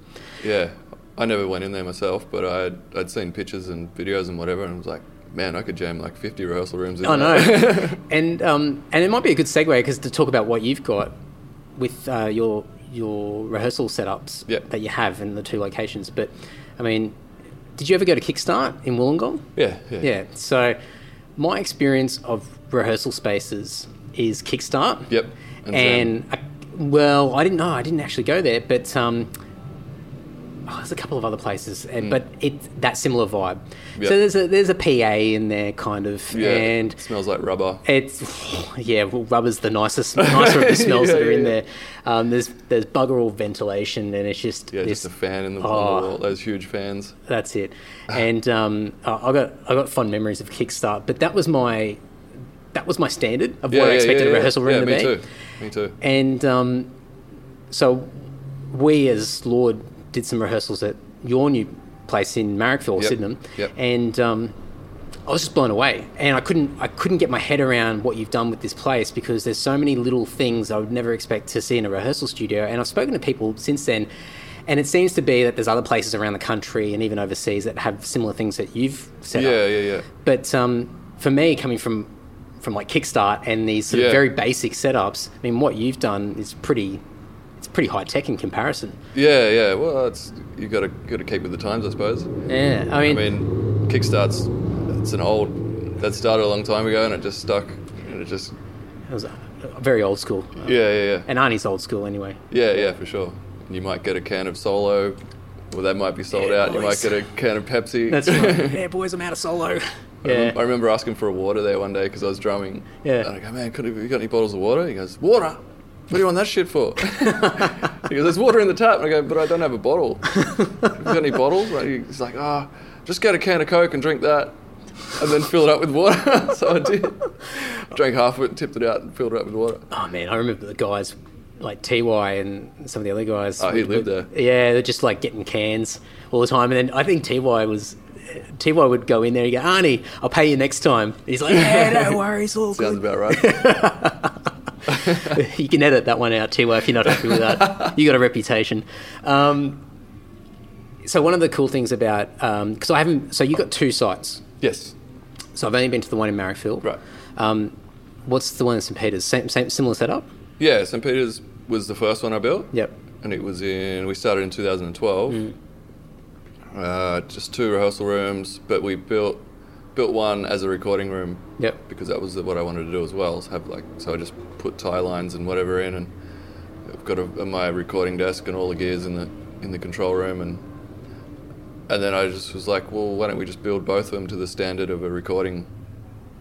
[SPEAKER 2] Yeah, I never went in there myself, but I'd I'd seen pictures and videos and whatever, and I was like, man, I could jam like 50 rehearsal rooms. In
[SPEAKER 1] I
[SPEAKER 2] there."
[SPEAKER 1] know. and um, and it might be a good segue because to talk about what you've got with uh, your your rehearsal setups
[SPEAKER 2] Yeah.
[SPEAKER 1] that you have in the two locations. But I mean, did you ever go to Kickstart in Wollongong?
[SPEAKER 2] Yeah, yeah,
[SPEAKER 1] Yeah. So my experience of rehearsal spaces is Kickstart.
[SPEAKER 2] Yep.
[SPEAKER 1] And,
[SPEAKER 2] And um,
[SPEAKER 1] I, well, I didn't know. I didn't actually go there, but um, oh, there's a couple of other places, and,
[SPEAKER 2] Hmm.
[SPEAKER 1] but it's that similar vibe.
[SPEAKER 2] Yep.
[SPEAKER 1] So there's a there's a PA in there, kind of,
[SPEAKER 2] Yeah,
[SPEAKER 1] and
[SPEAKER 2] it smells like rubber.
[SPEAKER 1] it's yeah, well, rubber's the nicest, nicer of the smells
[SPEAKER 2] Yeah,
[SPEAKER 1] that are in
[SPEAKER 2] yeah,
[SPEAKER 1] there. Um, there's there's bugger all ventilation, and it's just
[SPEAKER 2] Yeah,
[SPEAKER 1] this-
[SPEAKER 2] just a fan in the,
[SPEAKER 1] Oh.
[SPEAKER 2] on the wall. Those huge fans.
[SPEAKER 1] that's it. And um, I I got I got fond memories of Kickstart, but that was my that was my standard of
[SPEAKER 2] Yeah,
[SPEAKER 1] what I
[SPEAKER 2] yeah,
[SPEAKER 1] expected
[SPEAKER 2] yeah,
[SPEAKER 1] a rehearsal room
[SPEAKER 2] yeah.
[SPEAKER 1] to be.
[SPEAKER 2] yeah, me too. Me too.
[SPEAKER 1] And um, so we as Lord did some rehearsals at your new place in Marrickville,
[SPEAKER 2] Yep,
[SPEAKER 1] Sydenham.
[SPEAKER 2] yep.
[SPEAKER 1] And um, I was just blown away. And I couldn't I couldn't get my head around what you've done with this place because there's so many little things I would never expect to see in a rehearsal studio. And I've spoken to people since then and it seems to be that there's other places around the country and even overseas that have similar things that you've set up.
[SPEAKER 2] Yeah, yeah, yeah.
[SPEAKER 1] But um, for me, coming from from like Kickstart and these sort of
[SPEAKER 2] Yeah.
[SPEAKER 1] very basic setups, I mean, what you've done is pretty it's pretty high tech in comparison.
[SPEAKER 2] Yeah, yeah. Well, it's you got to got to keep with the times, I suppose.
[SPEAKER 1] Yeah, I
[SPEAKER 2] I
[SPEAKER 1] mean,
[SPEAKER 2] mean, Kickstart's it's an old that started a long time ago, and it just stuck. And it just
[SPEAKER 1] it was uh, very old school,
[SPEAKER 2] yeah, yeah, yeah,
[SPEAKER 1] and Arnie's old school anyway.
[SPEAKER 2] yeah, yeah, for sure. And you might get a can of Solo, or that might be sold
[SPEAKER 1] Yeah,
[SPEAKER 2] out. You might
[SPEAKER 1] boys.
[SPEAKER 2] get a can of Pepsi.
[SPEAKER 1] That's right. yeah, boys, I'm out of solo.
[SPEAKER 2] I remem- I
[SPEAKER 1] Yeah,
[SPEAKER 2] remember asking for a water there one day because I was drumming.
[SPEAKER 1] Yeah.
[SPEAKER 2] And I go, man, could have you got any bottles of water? He goes, water. What do you want that shit for? he goes, there's water in the tap. And I go, but I don't have a bottle. you got any bottles? Like, he's like, ah, just get a can of Coke and drink that, and then fill it up with water. so I did. Drank half of it, tipped it out, and filled it up with water.
[SPEAKER 1] oh man, I remember the guys like Ty and some of the other guys.
[SPEAKER 2] Oh, he lived there.
[SPEAKER 1] Yeah, they're just like getting cans all the time, and then I think Ty was. Ty would go in there and go, Arnie, I'll pay you next time. He's like, Yeah, no worries, all good.
[SPEAKER 2] Sounds about right.
[SPEAKER 1] you can edit that one out too if you're not happy with that. you got a reputation. Um, so one of the cool things about because I haven't so you got two sites.
[SPEAKER 2] yes.
[SPEAKER 1] So I've only been to the one in Marrickville.
[SPEAKER 2] Right.
[SPEAKER 1] Um, what's the one in St Peter's? Same, same similar setup.
[SPEAKER 2] Yeah, St. Peter's was the first one I built.
[SPEAKER 1] Yep.
[SPEAKER 2] and it was in we started in 2012 uh, just two rehearsal rooms but we built built one as a recording room
[SPEAKER 1] Yep.
[SPEAKER 2] because that was what i wanted to do as well is have like so i just put tie lines and whatever in and got a, my recording desk and all the gears in the in the control room, and and then I just was like, well, why don't we just build both of them to the standard of a recording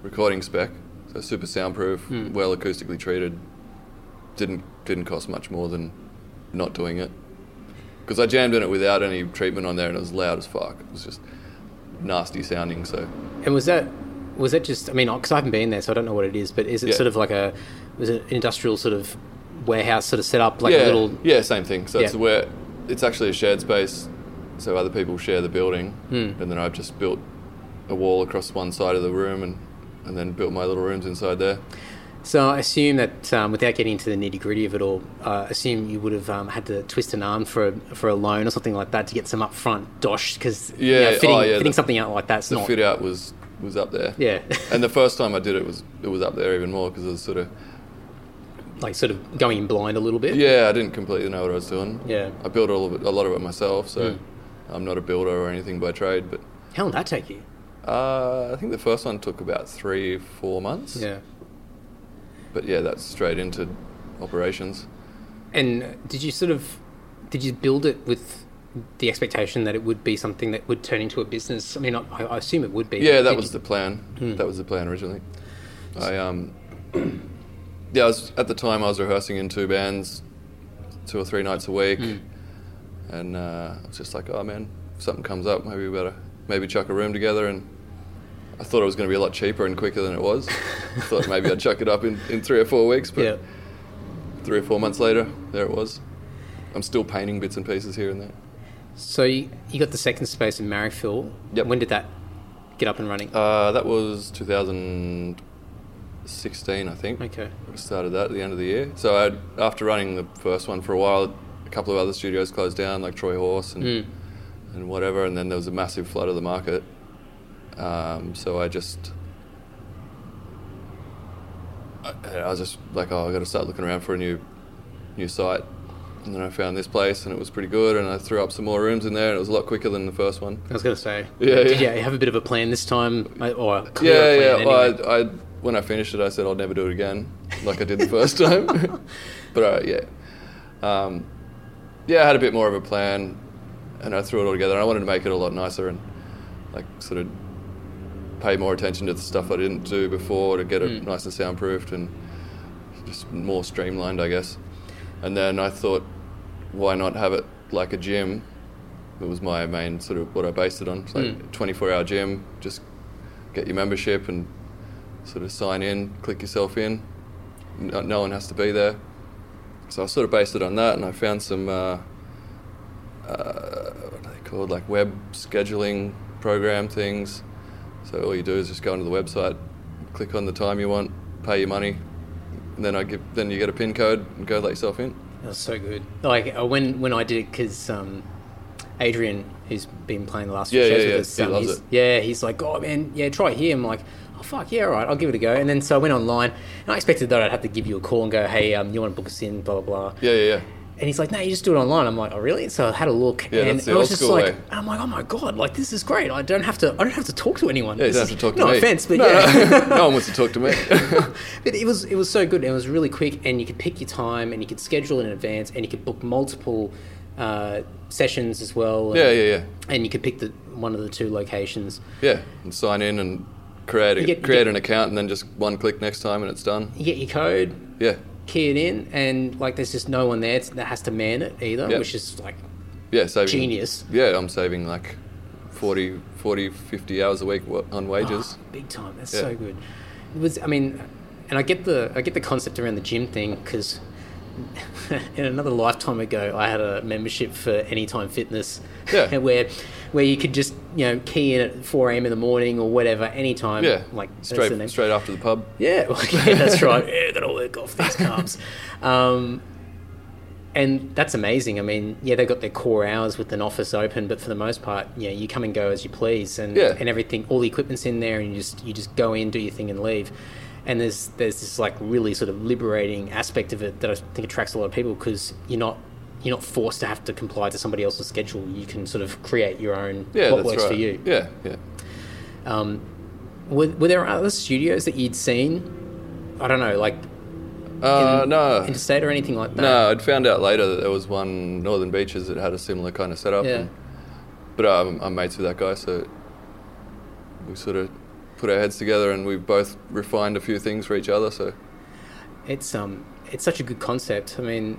[SPEAKER 2] recording spec? So super soundproof, well acoustically treated. Didn't didn't cost much more than not doing it because I jammed in it without any treatment on there, and it was loud as fuck. It was just nasty sounding. So
[SPEAKER 1] And was that was that just? I mean, because I haven't been there, so I don't know what it is. But is it
[SPEAKER 2] Yeah.
[SPEAKER 1] sort of like a was it an industrial sort of warehouse sort of setup, like
[SPEAKER 2] yeah,
[SPEAKER 1] a little?
[SPEAKER 2] yeah, same thing. So it's
[SPEAKER 1] Yeah.
[SPEAKER 2] where it's actually a shared space, so other people share the building,
[SPEAKER 1] Hmm.
[SPEAKER 2] and then I've just built a wall across one side of the room, and and then built my little rooms inside there.
[SPEAKER 1] So I assume that um, without getting into the nitty gritty of it all, uh, assume you would have um, had to twist an arm for a, for a loan or something like that to get some upfront dosh because
[SPEAKER 2] Yeah, oh,
[SPEAKER 1] fitting,
[SPEAKER 2] yeah,
[SPEAKER 1] fitting
[SPEAKER 2] the-
[SPEAKER 1] something out like that's
[SPEAKER 2] The
[SPEAKER 1] not
[SPEAKER 2] fit out was was up there.
[SPEAKER 1] yeah
[SPEAKER 2] And the first time I did it was it was up there even more because I was sort of
[SPEAKER 1] like sort of going in blind a little bit.
[SPEAKER 2] yeah I didn't completely know what I was doing.
[SPEAKER 1] Yeah. Hmm.
[SPEAKER 2] I built all of it, a lot of it myself, so I'm not a builder or anything by trade, but
[SPEAKER 1] How long did that take you?
[SPEAKER 2] Uh, I think the first one took about three, four months.
[SPEAKER 1] Yeah.
[SPEAKER 2] But yeah, that's straight into operations.
[SPEAKER 1] And did you sort of did you build it with the expectation that it would be something that would turn into a business? I mean, I, I assume it would be.
[SPEAKER 2] Yeah, that
[SPEAKER 1] Did
[SPEAKER 2] was
[SPEAKER 1] you- Hmm.
[SPEAKER 2] the plan. That was the plan originally. I um, yeah, I was at the time I was rehearsing in two bands, two or three nights a week,
[SPEAKER 1] Hmm.
[SPEAKER 2] and uh, I was just like, oh man, if something comes up, maybe we better maybe chuck a room together. And I thought it was going to be a lot cheaper and quicker than it was. I thought maybe I'd chuck it up in, in three or four weeks, but
[SPEAKER 1] yeah.
[SPEAKER 2] three or four months later, there it was. I'm still painting bits and pieces here and there.
[SPEAKER 1] So you, you got the second space in Marrickville.
[SPEAKER 2] Yep.
[SPEAKER 1] When did that get up and running?
[SPEAKER 2] Uh, that was 2016, I think.
[SPEAKER 1] okay.
[SPEAKER 2] We started that at the end of the year. So i after running the first one for a while, a couple of other studios closed down, like Troy Horse and, and whatever, and then there was a massive flood of the market. Um, so I just. I, I was just like, oh, i got to start looking around for a new new site. And then I found this place, and it was pretty good, and I threw up some more rooms in there, and it was a lot quicker than the first one.
[SPEAKER 1] I was going to say.
[SPEAKER 2] Yeah,
[SPEAKER 1] Did
[SPEAKER 2] yeah.
[SPEAKER 1] you have a bit of a plan this time, uh, or a clearer
[SPEAKER 2] Yeah,
[SPEAKER 1] plan
[SPEAKER 2] yeah.
[SPEAKER 1] anyway?
[SPEAKER 2] Well, I, I, when I finished it, I said I'll never do it again, like I did the first time. but uh, yeah, um, yeah, I had a bit more of a plan, and I threw it all together. And I wanted to make it a lot nicer and like sort of pay more attention to the stuff I didn't do before to get it nice and soundproofed and just more streamlined, I guess. And then I thought, why not have it like a gym? It was my main sort of what I based it on. It's like a 24 hour gym, just get your membership and sort of sign in, click yourself in. No, no one has to be there. So I sort of based it on that, and I found some uh, uh, what are they called, like web scheduling program things. So all you do is just go onto the website, click on the time you want, pay your money, and then I give, then you get a pin code and go let yourself in.
[SPEAKER 1] That was so good. Like uh, when when I did it, because um, Adrian, who's been playing the last few
[SPEAKER 2] Yeah,
[SPEAKER 1] shows with
[SPEAKER 2] yeah, yeah.
[SPEAKER 1] us,
[SPEAKER 2] He
[SPEAKER 1] um,
[SPEAKER 2] loves
[SPEAKER 1] he's,
[SPEAKER 2] it.
[SPEAKER 1] yeah, he's like, oh man, yeah, try it here. I'm like, oh fuck, yeah, all right, I'll give it a go. And then so I went online, and I expected that I'd have to give you a call and go, hey, um, you want to book us in, blah blah blah.
[SPEAKER 2] Yeah, yeah, yeah.
[SPEAKER 1] And he's like, no, you just do it online. I'm like, oh really? So I had a look,
[SPEAKER 2] Yeah,
[SPEAKER 1] and
[SPEAKER 2] that's the
[SPEAKER 1] I was
[SPEAKER 2] old
[SPEAKER 1] just
[SPEAKER 2] school
[SPEAKER 1] like,
[SPEAKER 2] way.
[SPEAKER 1] and I'm like, oh my god, like this is great. I don't have to, I don't have to talk to anyone.
[SPEAKER 2] Yeah, you
[SPEAKER 1] This
[SPEAKER 2] don't
[SPEAKER 1] is-
[SPEAKER 2] have to talk to
[SPEAKER 1] no
[SPEAKER 2] me.
[SPEAKER 1] offense, but
[SPEAKER 2] no,
[SPEAKER 1] yeah.
[SPEAKER 2] no, no one wants to talk to me.
[SPEAKER 1] But it was it was so good. and It was really quick, and you could pick your time, and you could schedule in advance, and you could book multiple uh, sessions as well.
[SPEAKER 2] yeah, yeah, yeah,
[SPEAKER 1] And you could pick the one of the two locations.
[SPEAKER 2] yeah. And sign in and create a,
[SPEAKER 1] You get- you
[SPEAKER 2] create
[SPEAKER 1] get-
[SPEAKER 2] an account, and then just one click next time, and it's done.
[SPEAKER 1] You get your code,
[SPEAKER 2] Yeah,
[SPEAKER 1] key it in, and like there's just no one there that has to man it either,
[SPEAKER 2] Yeah.
[SPEAKER 1] which is like
[SPEAKER 2] yeah. Saving
[SPEAKER 1] Genius.
[SPEAKER 2] Yeah, I'm saving like 40, 40 50 hours a week wa- on wages.
[SPEAKER 1] Oh, big time. That's
[SPEAKER 2] Yeah.
[SPEAKER 1] so good. It was. I mean, and I get the I get the concept around the gym thing because in another lifetime ago, I had a membership for Anytime Fitness,
[SPEAKER 2] Yeah.
[SPEAKER 1] where where you could just you know key in at four a.m. in the morning or whatever, anytime.
[SPEAKER 2] yeah,
[SPEAKER 1] like that's the name.
[SPEAKER 2] straight straight after the pub.
[SPEAKER 1] Yeah, well, yeah, that's right. Yeah, gotta work off these carbs. Um, and that's amazing. I mean, yeah, they've got their core hours with an office open, but for the most part, yeah, you come and go as you please, and
[SPEAKER 2] Yeah.
[SPEAKER 1] and everything, all the equipment's in there, and you just you just go in, do your thing, and leave. And there's there's this like really sort of liberating aspect of it that I think attracts a lot of people because you're not you're not forced to have to comply to somebody else's schedule. You can sort of create your own
[SPEAKER 2] Yeah,
[SPEAKER 1] what
[SPEAKER 2] that's
[SPEAKER 1] works
[SPEAKER 2] right.
[SPEAKER 1] for you.
[SPEAKER 2] Yeah, yeah.
[SPEAKER 1] Um, were, were there other studios that you'd seen? I don't know, like
[SPEAKER 2] Uh, no.
[SPEAKER 1] interstate or anything like that?
[SPEAKER 2] No, I'd found out later that there was one Northern Beaches that had a similar kind of setup.
[SPEAKER 1] Yeah.
[SPEAKER 2] And, but um, I'm mates with that guy, so we sort of put our heads together and we both refined a few things for each other. So
[SPEAKER 1] It's um, it's such a good concept. I mean,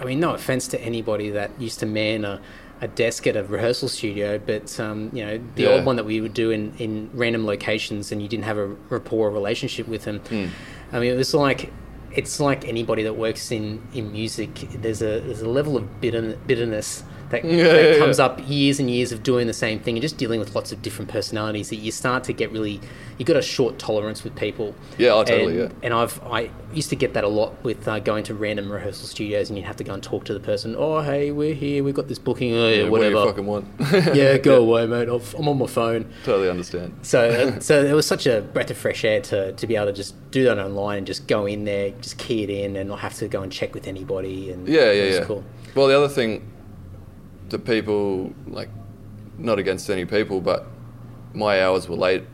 [SPEAKER 1] I mean, no offense to anybody that used to man a, a desk at a rehearsal studio, but um, you know, the
[SPEAKER 2] Yeah.
[SPEAKER 1] old one that we would do in in random locations, and you didn't have a rapport or relationship with them.
[SPEAKER 2] Hmm.
[SPEAKER 1] I mean, it was like. It's like anybody that works in, in music. There's a there's a level of bitter, bitterness that,
[SPEAKER 2] Yeah,
[SPEAKER 1] that
[SPEAKER 2] yeah, yeah.
[SPEAKER 1] comes up years and years of doing the same thing and just dealing with lots of different personalities that you start to get really you got a short tolerance with people.
[SPEAKER 2] Yeah, oh, totally,
[SPEAKER 1] And-
[SPEAKER 2] yeah.
[SPEAKER 1] and I've I used to get that a lot with uh, going to random rehearsal studios, and you'd have to go and talk to the person. Oh, hey, we're here. We've got this booking. Oh, yeah,
[SPEAKER 2] what do you
[SPEAKER 1] whatever.
[SPEAKER 2] fucking want?
[SPEAKER 1] yeah, go away, mate. I'll- I'm on my phone.
[SPEAKER 2] totally understand.
[SPEAKER 1] So, uh, so it was such a breath of fresh air to, to be able to just do that online and just go in there, just key it in, and not have to go and check with anybody. And
[SPEAKER 2] Yeah, yeah,
[SPEAKER 1] it was
[SPEAKER 2] yeah.
[SPEAKER 1] Cool.
[SPEAKER 2] Well, the other thing that people like, not against any people, but my hours were late,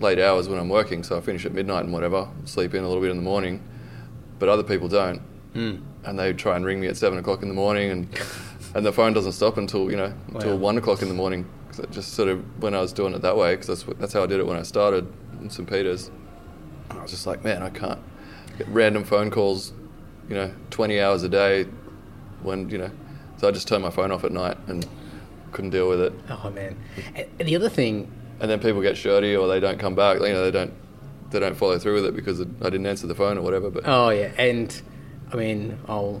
[SPEAKER 2] late hours when I'm working, so I finish at midnight and whatever, sleep in a little bit in the morning, but other people don't, mm. and they try and ring me at seven o'clock in the morning, and and the phone doesn't stop until you know until
[SPEAKER 1] Wow.
[SPEAKER 2] one o'clock in the morning. 'Cause it just sort of when I was doing it that way, because that's what- that's how I did it when I started in St. Peter's. I was just like, man, I can't. Get random phone calls, you know, 20 hours a day when, you know, so I just turned my phone off at night and couldn't deal with it.
[SPEAKER 1] Oh man. And the other thing
[SPEAKER 2] And then people get shirty or they don't come back, you know, they don't they don't follow through with it because I didn't answer the phone or whatever, but
[SPEAKER 1] Oh yeah, and I mean, I'll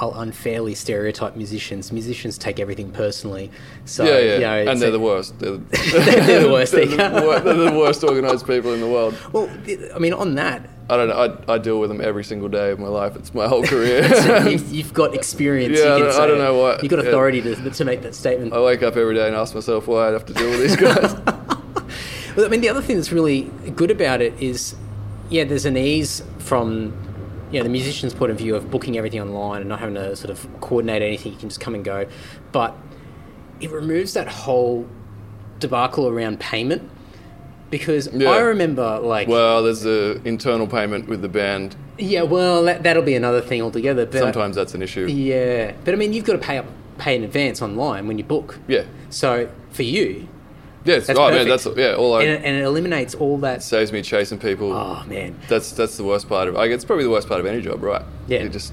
[SPEAKER 1] I'll unfairly stereotype musicians. Musicians take everything personally, so
[SPEAKER 2] yeah, yeah.
[SPEAKER 1] you know, it's
[SPEAKER 2] and they're
[SPEAKER 1] a-
[SPEAKER 2] the worst. They're,
[SPEAKER 1] They're the worst,
[SPEAKER 2] they're,
[SPEAKER 1] they
[SPEAKER 2] the,
[SPEAKER 1] are.
[SPEAKER 2] wor- they're the worst organized people in the world.
[SPEAKER 1] well, th- I mean, on that,
[SPEAKER 2] I don't know. I, I deal with them every single day of my life. It's my whole career.
[SPEAKER 1] you've, you've got experience.
[SPEAKER 2] Yeah, I
[SPEAKER 1] you can
[SPEAKER 2] don't- I
[SPEAKER 1] say
[SPEAKER 2] don't
[SPEAKER 1] it.
[SPEAKER 2] know what-
[SPEAKER 1] you've got
[SPEAKER 2] yeah. Oh.
[SPEAKER 1] authority to, to make that statement.
[SPEAKER 2] I wake up every day and ask myself why I'd have to deal with these guys.
[SPEAKER 1] Well, I mean, the other thing that's really good about it is, yeah, there's an ease from, you know, the musician's point of view of booking everything online and not having to sort of coordinate anything. You can just come and go, but it removes that whole debacle around payment because
[SPEAKER 2] Yeah.
[SPEAKER 1] I remember like,
[SPEAKER 2] well, there's the internal payment with the band
[SPEAKER 1] yeah, well, that, that'll be another thing altogether. But
[SPEAKER 2] Sometimes that's an issue.
[SPEAKER 1] yeah, but I mean, you've got to pay up, pay in advance online when you book.
[SPEAKER 2] Yeah.
[SPEAKER 1] So for you,
[SPEAKER 2] Yes.
[SPEAKER 1] That's
[SPEAKER 2] oh man,
[SPEAKER 1] perfect.
[SPEAKER 2] that's yeah. All I,
[SPEAKER 1] and, it- and it eliminates all that.
[SPEAKER 2] saves me chasing people.
[SPEAKER 1] Oh man,
[SPEAKER 2] That's that's the worst part of. Like, it's probably the worst part of any job, right?
[SPEAKER 1] Yeah.
[SPEAKER 2] You're just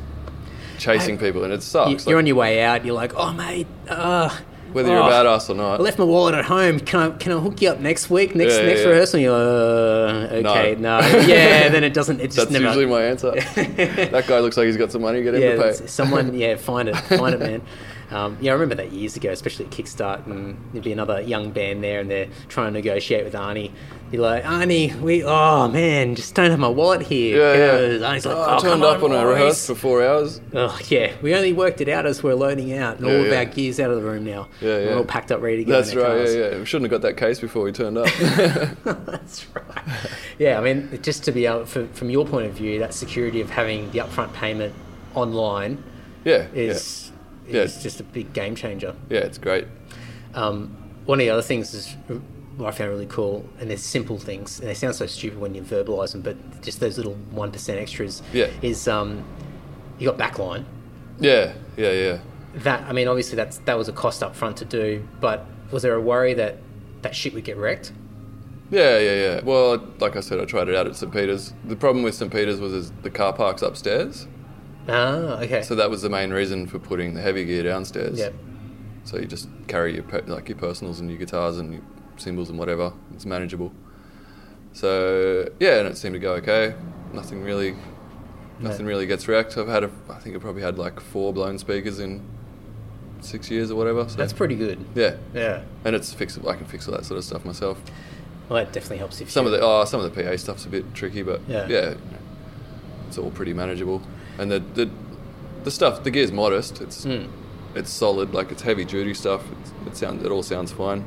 [SPEAKER 2] chasing
[SPEAKER 1] I-
[SPEAKER 2] people, and it sucks.
[SPEAKER 1] You-
[SPEAKER 2] like,
[SPEAKER 1] you're on your way out. You're like, oh mate, uh,
[SPEAKER 2] whether you're
[SPEAKER 1] oh,
[SPEAKER 2] a badass or
[SPEAKER 1] I
[SPEAKER 2] not.
[SPEAKER 1] left my wallet at home. Can I can I hook you up next week? Next
[SPEAKER 2] Yeah, yeah,
[SPEAKER 1] next
[SPEAKER 2] yeah.
[SPEAKER 1] rehearsal? And You're like, uh,
[SPEAKER 2] No.
[SPEAKER 1] okay, no, yeah. Then it doesn't. It just
[SPEAKER 2] That's
[SPEAKER 1] never.
[SPEAKER 2] usually my answer. that guy looks like he's got some money. Get him
[SPEAKER 1] yeah,
[SPEAKER 2] to pay.
[SPEAKER 1] that's- someone. Yeah, find it, find it, man. Um, yeah, I remember that years ago, especially at Kickstart, and there'd be another young band there, and they're trying to negotiate with Arnie. You're like, Arnie, we, oh man, just don't have my wallet here.
[SPEAKER 2] Yeah,
[SPEAKER 1] You know,
[SPEAKER 2] yeah.
[SPEAKER 1] Arnie's like,
[SPEAKER 2] Oh,
[SPEAKER 1] oh,
[SPEAKER 2] I turned
[SPEAKER 1] come
[SPEAKER 2] up on, a
[SPEAKER 1] boys."
[SPEAKER 2] rehearsal for four hours.
[SPEAKER 1] Oh yeah, we only worked it out as we're loading out, and
[SPEAKER 2] Yeah,
[SPEAKER 1] all of
[SPEAKER 2] yeah.
[SPEAKER 1] our gear's out of the room now.
[SPEAKER 2] Yeah,
[SPEAKER 1] We're
[SPEAKER 2] yeah.
[SPEAKER 1] all packed up, ready to go.
[SPEAKER 2] That's
[SPEAKER 1] in our
[SPEAKER 2] right.
[SPEAKER 1] cars.
[SPEAKER 2] Yeah, yeah. We shouldn't have got that case before we turned up.
[SPEAKER 1] That's right. Yeah, I mean, just to be able, for, from your point of view, that security of having the upfront payment online
[SPEAKER 2] yeah.
[SPEAKER 1] is
[SPEAKER 2] Yeah.
[SPEAKER 1] is just a big game changer.
[SPEAKER 2] yeah. Yeah. It's great.
[SPEAKER 1] Um, one of the other things is what I found really cool, and they're simple things, and they sound so stupid when you verbalise them, but just those little one percent extras.
[SPEAKER 2] Yeah.
[SPEAKER 1] Is um, you got backline.
[SPEAKER 2] Yeah. Yeah. Yeah.
[SPEAKER 1] that I mean obviously that's that was a cost up front to do, but was there a worry that that shit would get wrecked?
[SPEAKER 2] Yeah, yeah, yeah. Well, like I said, I tried it out at St. Peter's. The problem with St. Peter's was is the car park's upstairs,
[SPEAKER 1] Ah, okay.
[SPEAKER 2] so that was the main reason for putting the heavy gear downstairs.
[SPEAKER 1] yeah.
[SPEAKER 2] So you just carry your pe- like your personals and your guitars and your cymbals and whatever. It's manageable. So yeah, and it seemed to go okay. Nothing really, nothing really gets wrecked. I've had, a, I think I probably had like four blown speakers in six years or whatever. So
[SPEAKER 1] That's pretty good.
[SPEAKER 2] yeah,
[SPEAKER 1] Yeah.
[SPEAKER 2] and it's fixable. I can fix all that sort of stuff myself.
[SPEAKER 1] Well that definitely helps if
[SPEAKER 2] Some
[SPEAKER 1] you,
[SPEAKER 2] of the oh, some of the PA stuff's a bit tricky, but
[SPEAKER 1] Yeah.
[SPEAKER 2] yeah, you know, it's all pretty manageable. And the the, the stuff the gear's modest. It's it's solid. Like it's heavy duty stuff. It's, it sounds it all sounds fine.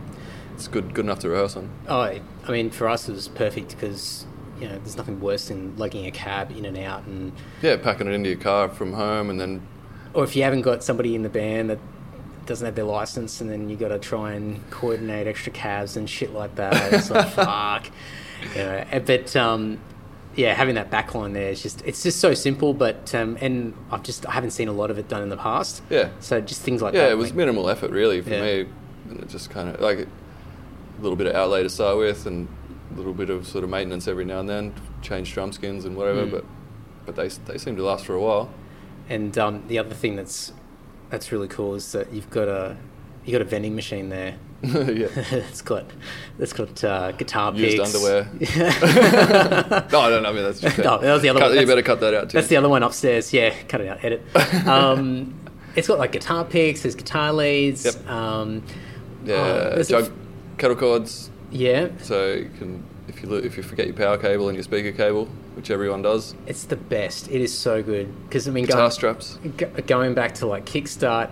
[SPEAKER 2] It's good good enough to rehearse on.
[SPEAKER 1] Oh, I I mean for us it was perfect because you know, there's nothing worse than lugging a cab in and out and
[SPEAKER 2] Yeah, packing it into your car from home and then
[SPEAKER 1] or if you haven't got somebody in the band that doesn't have their license and then you got to try and coordinate extra cabs and shit like that. It's like fuck. You know, eh, but um, yeah, having that backline there is just it's just so simple. But um, and I've just I haven't seen a lot of it done in the past.
[SPEAKER 2] Yeah.
[SPEAKER 1] So just things like
[SPEAKER 2] Yeah,
[SPEAKER 1] that.
[SPEAKER 2] it was
[SPEAKER 1] like-
[SPEAKER 2] minimal effort really for
[SPEAKER 1] Yeah.
[SPEAKER 2] me. And it just kind of like a little bit of outlay to start with, and a little bit of sort of maintenance every now and then, change drum skins and whatever. But but they they seem to last for a while.
[SPEAKER 1] And um, the other thing that's that's really cool is that you've got a you got a vending machine there.
[SPEAKER 2] yeah,
[SPEAKER 1] it's got it's got uh, guitar
[SPEAKER 2] used
[SPEAKER 1] picks.
[SPEAKER 2] underwear. no, I don't. I mean that's just
[SPEAKER 1] No, that was the other
[SPEAKER 2] cut,
[SPEAKER 1] one.
[SPEAKER 2] You
[SPEAKER 1] That's-
[SPEAKER 2] better cut that out too.
[SPEAKER 1] That's the other one upstairs. Yeah, cut it out. Edit. Um, it's got like guitar picks. There's guitar leads.
[SPEAKER 2] Yep.
[SPEAKER 1] Um,
[SPEAKER 2] yeah,
[SPEAKER 1] uh, there's a
[SPEAKER 2] jug
[SPEAKER 1] f-
[SPEAKER 2] kettle cords.
[SPEAKER 1] yeah,
[SPEAKER 2] So you can if you lo- if you forget your power cable and your speaker cable, which everyone does,
[SPEAKER 1] it's the best. It is so good because I mean,
[SPEAKER 2] guitar
[SPEAKER 1] going,
[SPEAKER 2] straps.
[SPEAKER 1] go- going back to like Kickstart,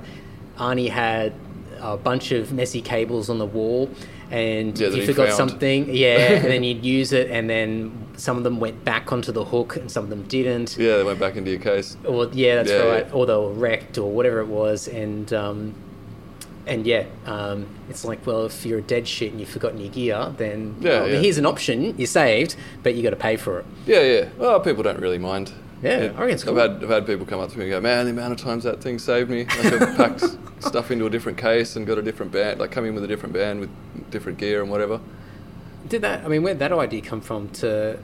[SPEAKER 1] Arnie had a bunch of messy cables on the wall, and
[SPEAKER 2] Yeah, that
[SPEAKER 1] you
[SPEAKER 2] he
[SPEAKER 1] forgot
[SPEAKER 2] found.
[SPEAKER 1] something. Yeah, and then you'd use it, and then some of them went back onto the hook, and some of them didn't.
[SPEAKER 2] Yeah, they went back into your case.
[SPEAKER 1] Or yeah, that's
[SPEAKER 2] Yeah,
[SPEAKER 1] right.
[SPEAKER 2] yeah.
[SPEAKER 1] Or they were wrecked, or whatever it was, and um, and yeah, um, it's like well, if you're a dead shit and you've forgotten your gear, then
[SPEAKER 2] Yeah,
[SPEAKER 1] well,
[SPEAKER 2] yeah.
[SPEAKER 1] here's an option. You're saved, but you got to pay for it.
[SPEAKER 2] Yeah, yeah. Well, people don't really mind.
[SPEAKER 1] Yeah, I reckon it's cool.
[SPEAKER 2] I've had I've had people come up to me and go, "Man, the amount of times that thing saved me. Like I packed stuff into a different case and got a different band. Like come in with a different band with different gear and whatever.
[SPEAKER 1] Did that? I mean, where would that idea come from? To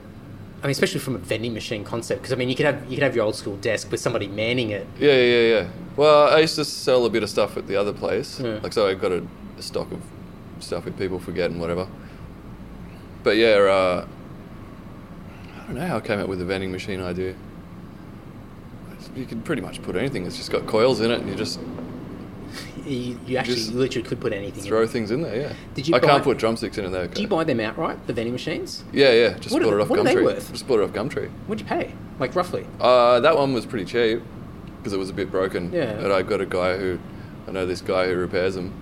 [SPEAKER 1] I mean, especially from a vending machine concept, because I mean, you could have you could have your old school desk with somebody manning it.
[SPEAKER 2] Yeah, yeah, yeah. Well, I used to sell a bit of stuff at the other place.
[SPEAKER 1] Yeah.
[SPEAKER 2] Like so, I got a, a stock of stuff that people forget and whatever. But yeah, uh, I don't know how I came up with the vending machine idea. You can pretty much put anything. It's just got coils in it, and you just
[SPEAKER 1] You, you actually
[SPEAKER 2] Just
[SPEAKER 1] you literally could put anything. in
[SPEAKER 2] throw things in there. Yeah.
[SPEAKER 1] Did you
[SPEAKER 2] I
[SPEAKER 1] buy-
[SPEAKER 2] can't put drumsticks in it though.
[SPEAKER 1] Do you buy them outright? The vending machines?
[SPEAKER 2] yeah, yeah. Just
[SPEAKER 1] What are
[SPEAKER 2] bought
[SPEAKER 1] the-
[SPEAKER 2] it off
[SPEAKER 1] what are they
[SPEAKER 2] Gumtree.
[SPEAKER 1] worth?
[SPEAKER 2] Just bought it off Gumtree.
[SPEAKER 1] What'd you pay? Like roughly?
[SPEAKER 2] Uh, that one was pretty cheap because it was a bit broken.
[SPEAKER 1] Yeah.
[SPEAKER 2] And I got a guy who, I know this guy who repairs them,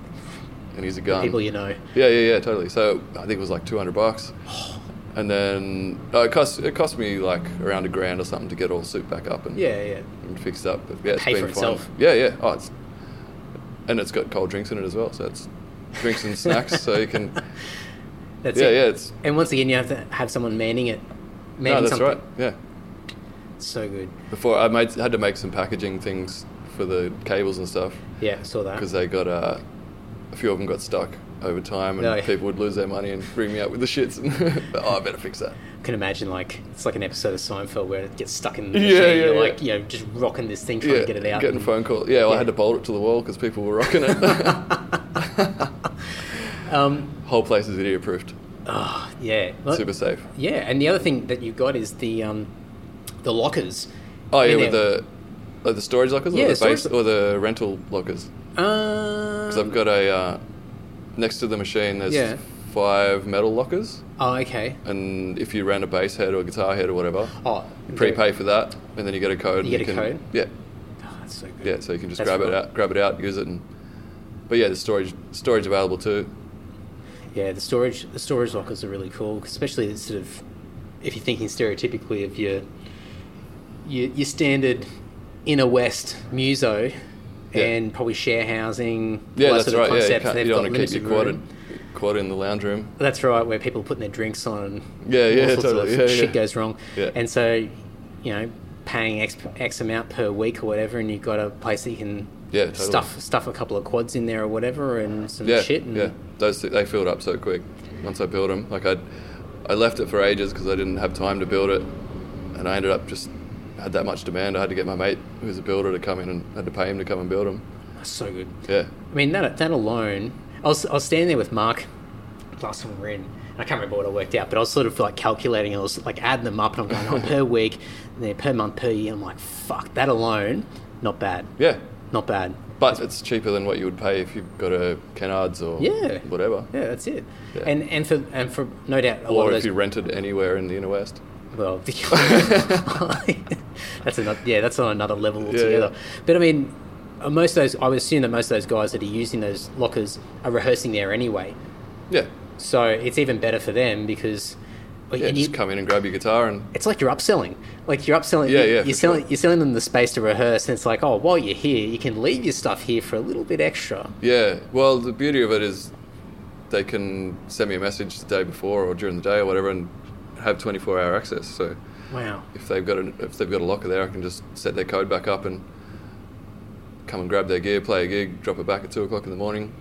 [SPEAKER 2] and he's a gun.
[SPEAKER 1] People you know.
[SPEAKER 2] Yeah, yeah, yeah, totally. So I think it was like two hundred bucks, and then uh, it cost it cost me like around a grand or something to get all soup back up and
[SPEAKER 1] Yeah, yeah.
[SPEAKER 2] and fixed up. But yeah, it's
[SPEAKER 1] Pay
[SPEAKER 2] been
[SPEAKER 1] for
[SPEAKER 2] fine.
[SPEAKER 1] itself.
[SPEAKER 2] Yeah, yeah. Oh, it's and it's got cold drinks in it as well, so it's drinks and snacks. So you can
[SPEAKER 1] That's
[SPEAKER 2] yeah,
[SPEAKER 1] it.
[SPEAKER 2] yeah. It's
[SPEAKER 1] And once again, you have to have someone manning it. Manning
[SPEAKER 2] no, that's
[SPEAKER 1] something.
[SPEAKER 2] right. Yeah.
[SPEAKER 1] So good.
[SPEAKER 2] Before I made had to make some packaging things for the cables and stuff
[SPEAKER 1] Yeah, saw that.
[SPEAKER 2] because they got uh, a few of them got stuck over time and
[SPEAKER 1] No.
[SPEAKER 2] people would lose their money and bring me up with the shits. And oh, I better fix that.
[SPEAKER 1] I can imagine like it's like an episode of Seinfeld where it gets stuck in the
[SPEAKER 2] Yeah,
[SPEAKER 1] machine.
[SPEAKER 2] yeah,
[SPEAKER 1] You're
[SPEAKER 2] yeah.
[SPEAKER 1] like, you know, just rocking this thing trying to get it out.
[SPEAKER 2] Getting
[SPEAKER 1] and-
[SPEAKER 2] phone calls. Yeah, well, I had
[SPEAKER 1] Yeah.
[SPEAKER 2] to bolt it to the wall because people were rocking it.
[SPEAKER 1] Um,
[SPEAKER 2] Whole place is idiot proofed.
[SPEAKER 1] oh, yeah. Well,
[SPEAKER 2] Super safe.
[SPEAKER 1] Yeah, and the other thing that you've got is the um, the lockers.
[SPEAKER 2] Oh yeah,
[SPEAKER 1] In
[SPEAKER 2] with
[SPEAKER 1] there.
[SPEAKER 2] the like the storage lockers
[SPEAKER 1] Yeah,
[SPEAKER 2] or, the
[SPEAKER 1] storage
[SPEAKER 2] base,
[SPEAKER 1] lo-
[SPEAKER 2] or the rental lockers.
[SPEAKER 1] Um,
[SPEAKER 2] Because I've got a uh, next to the machine. There's
[SPEAKER 1] Yeah.
[SPEAKER 2] five metal lockers,
[SPEAKER 1] Oh, okay.
[SPEAKER 2] and if you rent a bass head or a guitar head or whatever,
[SPEAKER 1] Oh,
[SPEAKER 2] you prepay for that, and then you get a code.
[SPEAKER 1] You
[SPEAKER 2] and
[SPEAKER 1] get a
[SPEAKER 2] can-
[SPEAKER 1] code?
[SPEAKER 2] Yeah.
[SPEAKER 1] Oh, that's so good.
[SPEAKER 2] Yeah, so you can just
[SPEAKER 1] That's
[SPEAKER 2] grab
[SPEAKER 1] cool.
[SPEAKER 2] it out, grab it out, use it, and but yeah, the storage storage available too.
[SPEAKER 1] Yeah, the storage the storage lockers are really cool, especially the sort of if you're thinking stereotypically of your your, your standard inner west muso
[SPEAKER 2] Yeah.
[SPEAKER 1] and probably share housing.
[SPEAKER 2] Yeah,
[SPEAKER 1] all that
[SPEAKER 2] that's
[SPEAKER 1] sort of
[SPEAKER 2] right. Yeah, you,
[SPEAKER 1] concept,
[SPEAKER 2] can't,
[SPEAKER 1] they've
[SPEAKER 2] you don't
[SPEAKER 1] got
[SPEAKER 2] want to keep your
[SPEAKER 1] limited
[SPEAKER 2] quarter
[SPEAKER 1] room.
[SPEAKER 2] quarter in the lounge room.
[SPEAKER 1] That's right, where people are putting their drinks on. And
[SPEAKER 2] Yeah,
[SPEAKER 1] all
[SPEAKER 2] yeah,
[SPEAKER 1] sorts
[SPEAKER 2] totally.
[SPEAKER 1] Of
[SPEAKER 2] Yeah,
[SPEAKER 1] shit
[SPEAKER 2] yeah.
[SPEAKER 1] goes wrong.
[SPEAKER 2] Yeah.
[SPEAKER 1] And so, you know, paying X, X amount per week or whatever, and you've got a place that you can
[SPEAKER 2] Yeah, totally.
[SPEAKER 1] stuff stuff a couple of quads in there or whatever, and some
[SPEAKER 2] Yeah,
[SPEAKER 1] shit. And
[SPEAKER 2] yeah. Those th- they filled up so quick once I built them. Like I, I left it for ages because I didn't have time to build it, and I ended up just had that much demand. I had to get my mate who's a builder to come in and had to pay him to come and build them.
[SPEAKER 1] so good.
[SPEAKER 2] Yeah,
[SPEAKER 1] I mean, that, that alone, I was, I was standing there with Mark last time we were in. and I can't remember what I worked out, but I was sort of like calculating. I was like adding them up, and I'm going, oh, per week, and then per month, per year. I'm like, fuck, that alone, not bad,
[SPEAKER 2] yeah.
[SPEAKER 1] not bad.
[SPEAKER 2] But it's cheaper than what you would pay if you got a Kennards or
[SPEAKER 1] Yeah.
[SPEAKER 2] whatever,
[SPEAKER 1] Yeah, that's it.
[SPEAKER 2] Yeah.
[SPEAKER 1] And and for and for no doubt a lot
[SPEAKER 2] or
[SPEAKER 1] of
[SPEAKER 2] if
[SPEAKER 1] those.
[SPEAKER 2] you rented anywhere in the inner west.
[SPEAKER 1] Well, that's another yeah, that's on another level
[SPEAKER 2] yeah.
[SPEAKER 1] altogether. But I mean, uh, most of those, I would assume that most of those guys that are using those lockers are rehearsing there anyway.
[SPEAKER 2] Yeah,
[SPEAKER 1] So it's even better for them because well,
[SPEAKER 2] yeah.
[SPEAKER 1] and
[SPEAKER 2] Just
[SPEAKER 1] you-
[SPEAKER 2] come in and grab your guitar and
[SPEAKER 1] it's like you're upselling. Like you're upselling.
[SPEAKER 2] Yeah,
[SPEAKER 1] you-
[SPEAKER 2] yeah,
[SPEAKER 1] You're
[SPEAKER 2] for
[SPEAKER 1] selling.
[SPEAKER 2] sure.
[SPEAKER 1] You're selling them the space to rehearse, and it's like, oh, while you're here, you can leave your stuff here for a little bit extra.
[SPEAKER 2] Yeah, well, the beauty of it is they can send me a message the day before or during the day or whatever, and have 24 hour access. So
[SPEAKER 1] Wow.
[SPEAKER 2] if they've got a, if they've got a locker there, I can just set their code back up and come and grab their gear, play a gig, drop it back at two o'clock in the morning.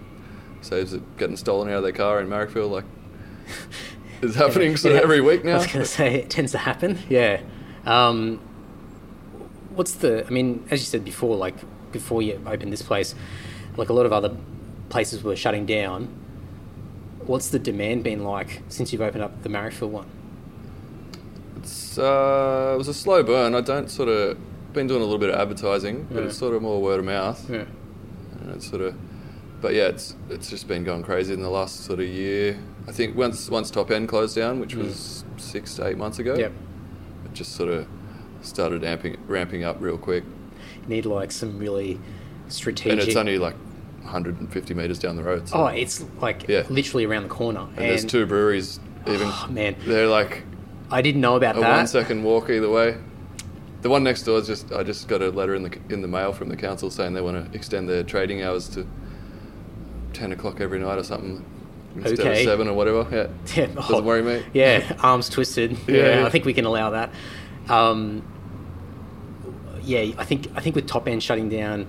[SPEAKER 2] Saves it getting stolen out of their car in Marrickville. Like it's happening sort of
[SPEAKER 1] Yeah.
[SPEAKER 2] every week
[SPEAKER 1] I
[SPEAKER 2] now.
[SPEAKER 1] was going to say it tends to happen. Yeah. Um, what's the? I mean, as you said before, like before you opened this place, like a lot of other places were shutting down. What's the demand been like since you've opened up the Marrickville one?
[SPEAKER 2] It's, uh, it was a slow burn. I don't sort of been doing a little bit of advertising, but
[SPEAKER 1] Yeah.
[SPEAKER 2] it's sort of more word of mouth.
[SPEAKER 1] Yeah.
[SPEAKER 2] And it's sort of, but yeah, it's it's just been going crazy in the last sort of year. I think once once Top End closed down, which was six to eight months ago,
[SPEAKER 1] Mm. Yep.
[SPEAKER 2] it just sort of started amping, ramping up real quick.
[SPEAKER 1] Need like some really strategic.
[SPEAKER 2] And it's only like 150 meters down the road. So.
[SPEAKER 1] oh, it's like
[SPEAKER 2] Yeah.
[SPEAKER 1] literally around the corner.
[SPEAKER 2] and, there's two breweries. Even
[SPEAKER 1] Oh, man,
[SPEAKER 2] they're like
[SPEAKER 1] I didn't know about
[SPEAKER 2] a
[SPEAKER 1] that.
[SPEAKER 2] one second walk either way. The one next door is just I just got a letter in the in the mail from the council saying they want to extend their trading hours to ten o'clock every night or something instead
[SPEAKER 1] Okay.
[SPEAKER 2] of seven or whatever. Yeah,
[SPEAKER 1] Yeah,
[SPEAKER 2] doesn't worry me.
[SPEAKER 1] Oh, Yeah, arms twisted. Yeah,
[SPEAKER 2] Yeah, yeah.
[SPEAKER 1] I think we can allow that. Um, yeah, I think I think with Top End shutting down,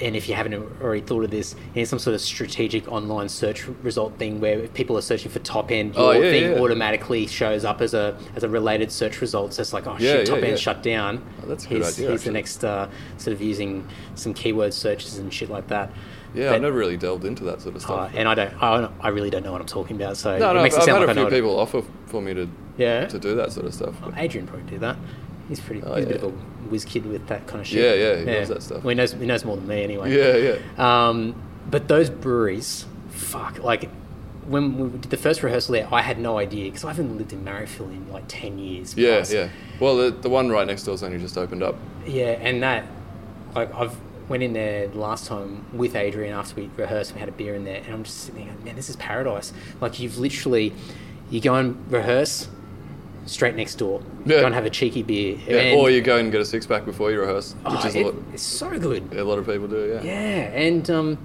[SPEAKER 1] and if you haven't already thought of this, there's some sort of strategic online search result thing where if people are searching for Top End, your
[SPEAKER 2] Oh, yeah,
[SPEAKER 1] thing
[SPEAKER 2] yeah.
[SPEAKER 1] automatically shows up as a as a related search result. So it's like, oh
[SPEAKER 2] Yeah,
[SPEAKER 1] shit, Top
[SPEAKER 2] yeah,
[SPEAKER 1] End
[SPEAKER 2] yeah.
[SPEAKER 1] shut down.
[SPEAKER 2] Oh, that's a good
[SPEAKER 1] he's,
[SPEAKER 2] idea,
[SPEAKER 1] He's the
[SPEAKER 2] actually.
[SPEAKER 1] next uh, sort of using some keyword searches and shit like that.
[SPEAKER 2] Yeah,
[SPEAKER 1] But-
[SPEAKER 2] I've never really delved into that sort of
[SPEAKER 1] uh,
[SPEAKER 2] stuff.
[SPEAKER 1] and I don't, I don't, I really don't know what I'm talking about. So
[SPEAKER 2] no,
[SPEAKER 1] it
[SPEAKER 2] no, I've,
[SPEAKER 1] makes it
[SPEAKER 2] I've
[SPEAKER 1] sound like
[SPEAKER 2] had
[SPEAKER 1] I
[SPEAKER 2] a few
[SPEAKER 1] know it.
[SPEAKER 2] people offer for me to
[SPEAKER 1] Yeah. Oh.
[SPEAKER 2] to do that sort of stuff. but-
[SPEAKER 1] Adrian probably do that. He's pretty.
[SPEAKER 2] Oh,
[SPEAKER 1] he's a bit
[SPEAKER 2] yeah.
[SPEAKER 1] of a whiz kid with that kind of shit.
[SPEAKER 2] Yeah, yeah, he loves that stuff.
[SPEAKER 1] Well, he knows. He knows more than me anyway.
[SPEAKER 2] yeah, yeah.
[SPEAKER 1] Um, but those breweries, fuck, like. When we did the first rehearsal there, I had no idea because I haven't lived in Marrickville in like ten years.
[SPEAKER 2] Yeah,
[SPEAKER 1] plus.
[SPEAKER 2] yeah. Well, the, the one right next door's only just opened up.
[SPEAKER 1] Yeah, and that, like, I've went in there last time with Adrian after we rehearsed. We had a beer in there, and I'm just sitting there, going, man, this is paradise. Like, you've literally, you go and rehearse straight next door.
[SPEAKER 2] Yeah.
[SPEAKER 1] Go and have a cheeky beer.
[SPEAKER 2] Yeah,
[SPEAKER 1] and-
[SPEAKER 2] or you go and get a six pack before you rehearse, which
[SPEAKER 1] oh,
[SPEAKER 2] is
[SPEAKER 1] it-
[SPEAKER 2] a lot,
[SPEAKER 1] it's so good.
[SPEAKER 2] a lot of people do.
[SPEAKER 1] Yeah, and um,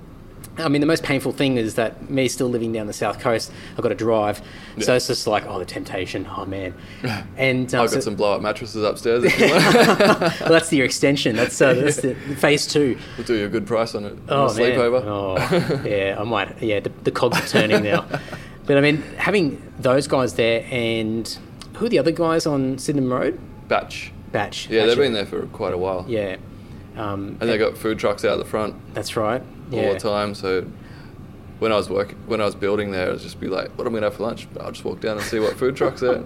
[SPEAKER 1] I mean, the most painful thing is that me still living down the south coast, I've got to drive, so
[SPEAKER 2] Yeah.
[SPEAKER 1] it's just like, oh, the temptation, oh man, and um,
[SPEAKER 2] I've
[SPEAKER 1] so-
[SPEAKER 2] got some blow up mattresses upstairs if you want.
[SPEAKER 1] well, that's your extension. That's uh, that's the, phase two.
[SPEAKER 2] we'll do you a good price on it.
[SPEAKER 1] Oh,
[SPEAKER 2] on a sleepover.
[SPEAKER 1] Man. Oh, yeah, I might. Yeah, the, the cogs are turning now. But I mean, having those guys there and who are the other guys on Sydenham Road?
[SPEAKER 2] Batch.
[SPEAKER 1] Batch.
[SPEAKER 2] Yeah, they've
[SPEAKER 1] Batch,
[SPEAKER 2] been there for quite a while.
[SPEAKER 1] Yeah, um,
[SPEAKER 2] And they got food trucks out the front
[SPEAKER 1] that's right. Yeah.
[SPEAKER 2] all the time. So when I was working, when I was building there, it was just be like, what am I going to have for lunch? I'll just walk down and see what food trucks are.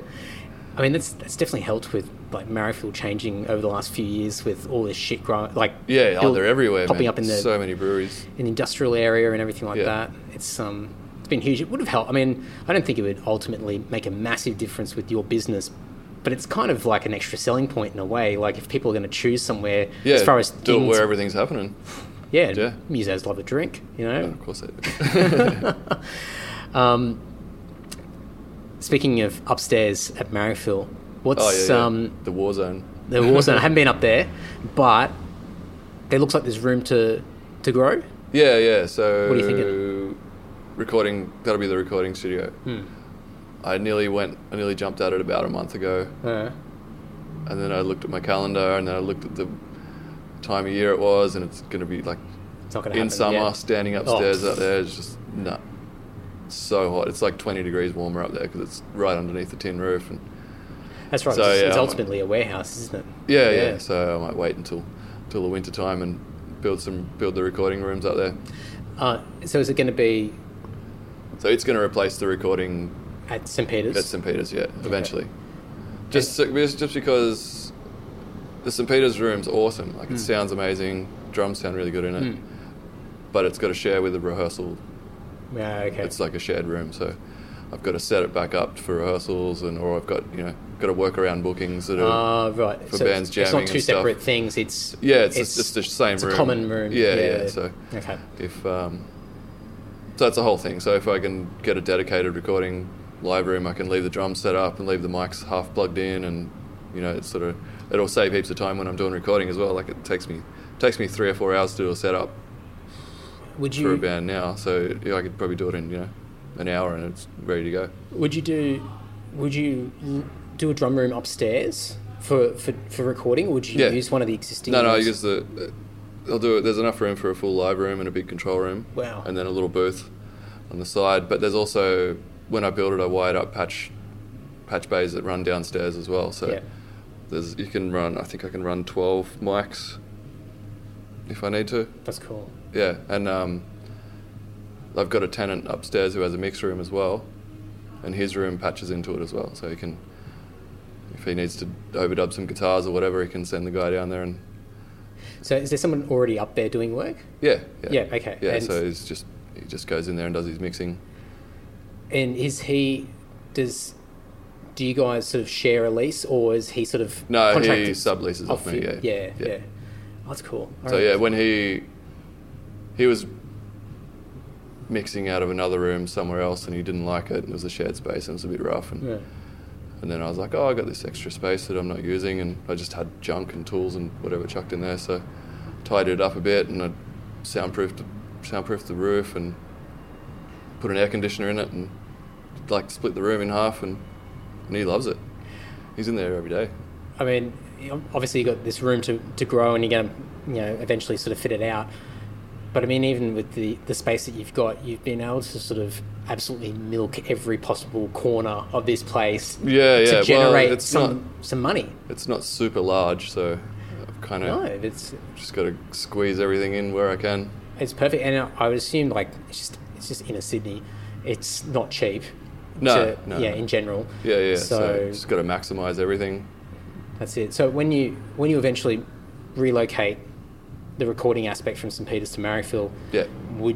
[SPEAKER 1] I mean, that's that's definitely helped with like Marrifield changing over the last few years with all this shit growing. Like
[SPEAKER 2] Yeah, oh,
[SPEAKER 1] build-
[SPEAKER 2] they're everywhere,
[SPEAKER 1] popping
[SPEAKER 2] man.
[SPEAKER 1] up in the
[SPEAKER 2] so many breweries.
[SPEAKER 1] an industrial area and everything like
[SPEAKER 2] Yeah.
[SPEAKER 1] that. It's um, it's been huge. It would have helped. I mean, I don't think it would ultimately make a massive difference with your business, but it's kind of like an extra selling point in a way. Like if people are going to choose somewhere,
[SPEAKER 2] Yeah,
[SPEAKER 1] as far as
[SPEAKER 2] do it
[SPEAKER 1] things,
[SPEAKER 2] where everything's happening.
[SPEAKER 1] yeah,
[SPEAKER 2] yeah.
[SPEAKER 1] museos love a drink, you know.
[SPEAKER 2] Of course they do.
[SPEAKER 1] Um, speaking of upstairs at Marrickville, what's
[SPEAKER 2] Oh, yeah, yeah.
[SPEAKER 1] um
[SPEAKER 2] the war zone.
[SPEAKER 1] the war zone? I haven't been up there, but there looks like there's room to to grow.
[SPEAKER 2] Yeah, yeah. So
[SPEAKER 1] What are you
[SPEAKER 2] Recording. That'll be the recording studio.
[SPEAKER 1] Hmm.
[SPEAKER 2] I nearly went. I nearly jumped at it about a month ago,
[SPEAKER 1] Uh,
[SPEAKER 2] and then I looked at my calendar, and then I looked at the time of year it was, and it's going to be like
[SPEAKER 1] it's not going to happen.
[SPEAKER 2] in summer,
[SPEAKER 1] yeah. Oh,
[SPEAKER 2] standing upstairs up there. It's just no. It's so hot. It's like 20 degrees warmer up there because it's right underneath the tin roof. And
[SPEAKER 1] That's right.
[SPEAKER 2] So,
[SPEAKER 1] it's, it's
[SPEAKER 2] yeah,
[SPEAKER 1] ultimately a warehouse, isn't it?
[SPEAKER 2] yeah, yeah,
[SPEAKER 1] Yeah.
[SPEAKER 2] So I might wait until till the winter time and build some build the recording rooms up there.
[SPEAKER 1] Uh, so is it going to be
[SPEAKER 2] So it's going to replace the recording
[SPEAKER 1] at St. Peter's?
[SPEAKER 2] At St. Peter's, yeah, eventually. Just so, just just because the St. Peter's room's awesome. Like it sounds amazing. Drums sound really good in it. But it's got to share with the rehearsal.
[SPEAKER 1] yeah, okay.
[SPEAKER 2] It's like a shared room, so I've got to set it back up for rehearsals, and or I've got you know got to work around bookings that are.
[SPEAKER 1] Ah, right.
[SPEAKER 2] for
[SPEAKER 1] so
[SPEAKER 2] bands
[SPEAKER 1] it's, it's
[SPEAKER 2] jamming
[SPEAKER 1] not
[SPEAKER 2] and
[SPEAKER 1] two
[SPEAKER 2] stuff.
[SPEAKER 1] separate things. It's
[SPEAKER 2] yeah, it's, it's, it's the same
[SPEAKER 1] it's
[SPEAKER 2] room.
[SPEAKER 1] a common room.
[SPEAKER 2] Yeah, yeah. So
[SPEAKER 1] okay.
[SPEAKER 2] if um, so that's the whole thing. So if I can get a dedicated recording live room, I can leave the drums set up and leave the mics half plugged in, and you know, it's sort of it'll save heaps of time when I'm doing recording as well. Like it takes me takes me three or four hours to do a setup
[SPEAKER 1] Would
[SPEAKER 2] for a
[SPEAKER 1] you
[SPEAKER 2] band now, so yeah, I could probably do it in you know an hour and it's ready to go.
[SPEAKER 1] would you do would you l- do a drum room upstairs for, for, for recording? Or would you
[SPEAKER 2] Yeah.
[SPEAKER 1] use one of the existing?
[SPEAKER 2] No, no, I
[SPEAKER 1] rooms?
[SPEAKER 2] use the. uh, They'll do it. There's enough room for a full live room and a big control room.
[SPEAKER 1] Wow.
[SPEAKER 2] And then a little booth on the side. But there's also when I build it, I wired up patch patch bays that run downstairs as well. So
[SPEAKER 1] Yeah.
[SPEAKER 2] there's you can run. I think I can run 12 mics if I need to.
[SPEAKER 1] That's cool.
[SPEAKER 2] Yeah, and um, I've got a tenant upstairs who has a mix room as well, and his room patches into it as well. So he can, if he needs to overdub some guitars or whatever, he can send the guy down there and
[SPEAKER 1] So is there someone already up there doing work?
[SPEAKER 2] yeah, yeah,
[SPEAKER 1] Yeah, okay,
[SPEAKER 2] yeah.
[SPEAKER 1] and-
[SPEAKER 2] so he's just he just goes in there and does his mixing.
[SPEAKER 1] And is he does do you guys sort of share a lease or is he sort of
[SPEAKER 2] No, he
[SPEAKER 1] contracted
[SPEAKER 2] subleases off
[SPEAKER 1] off
[SPEAKER 2] me.
[SPEAKER 1] you?
[SPEAKER 2] Yeah,
[SPEAKER 1] yeah, yeah. Oh, that's cool. All
[SPEAKER 2] So
[SPEAKER 1] right.
[SPEAKER 2] yeah, when he he was mixing out of another room somewhere else and he didn't like it and it was a shared space and it was a bit rough and
[SPEAKER 1] Yeah.
[SPEAKER 2] And then I was like, oh, I got this extra space that I'm not using, and I just had junk and tools and whatever chucked in there, so tidied it up a bit, and I soundproofed soundproofed the roof and put an air conditioner in it, and like split the room in half, and, and he loves it. He's in there every day.
[SPEAKER 1] I mean, obviously you've got this room to, to grow and you're going to, you know, eventually sort of fit it out. But I mean, even with the, the space that you've got, you've been able to sort of absolutely milk every possible corner of this place
[SPEAKER 2] Yeah, yeah.
[SPEAKER 1] to generate
[SPEAKER 2] well, it's
[SPEAKER 1] some,
[SPEAKER 2] not
[SPEAKER 1] some money.
[SPEAKER 2] it's not super large, so I've kind of
[SPEAKER 1] No, it's
[SPEAKER 2] just got to squeeze everything in where I can.
[SPEAKER 1] it's perfect. And I would assume like it's just it's just inner Sydney. It's not cheap.
[SPEAKER 2] No,
[SPEAKER 1] to-
[SPEAKER 2] no,
[SPEAKER 1] yeah,
[SPEAKER 2] no.
[SPEAKER 1] in general.
[SPEAKER 2] Yeah, yeah.
[SPEAKER 1] So-
[SPEAKER 2] so just got to maximize everything.
[SPEAKER 1] That's it. So when you when you eventually relocate the recording aspect from St Peter's to Marrickville,
[SPEAKER 2] Yeah,
[SPEAKER 1] would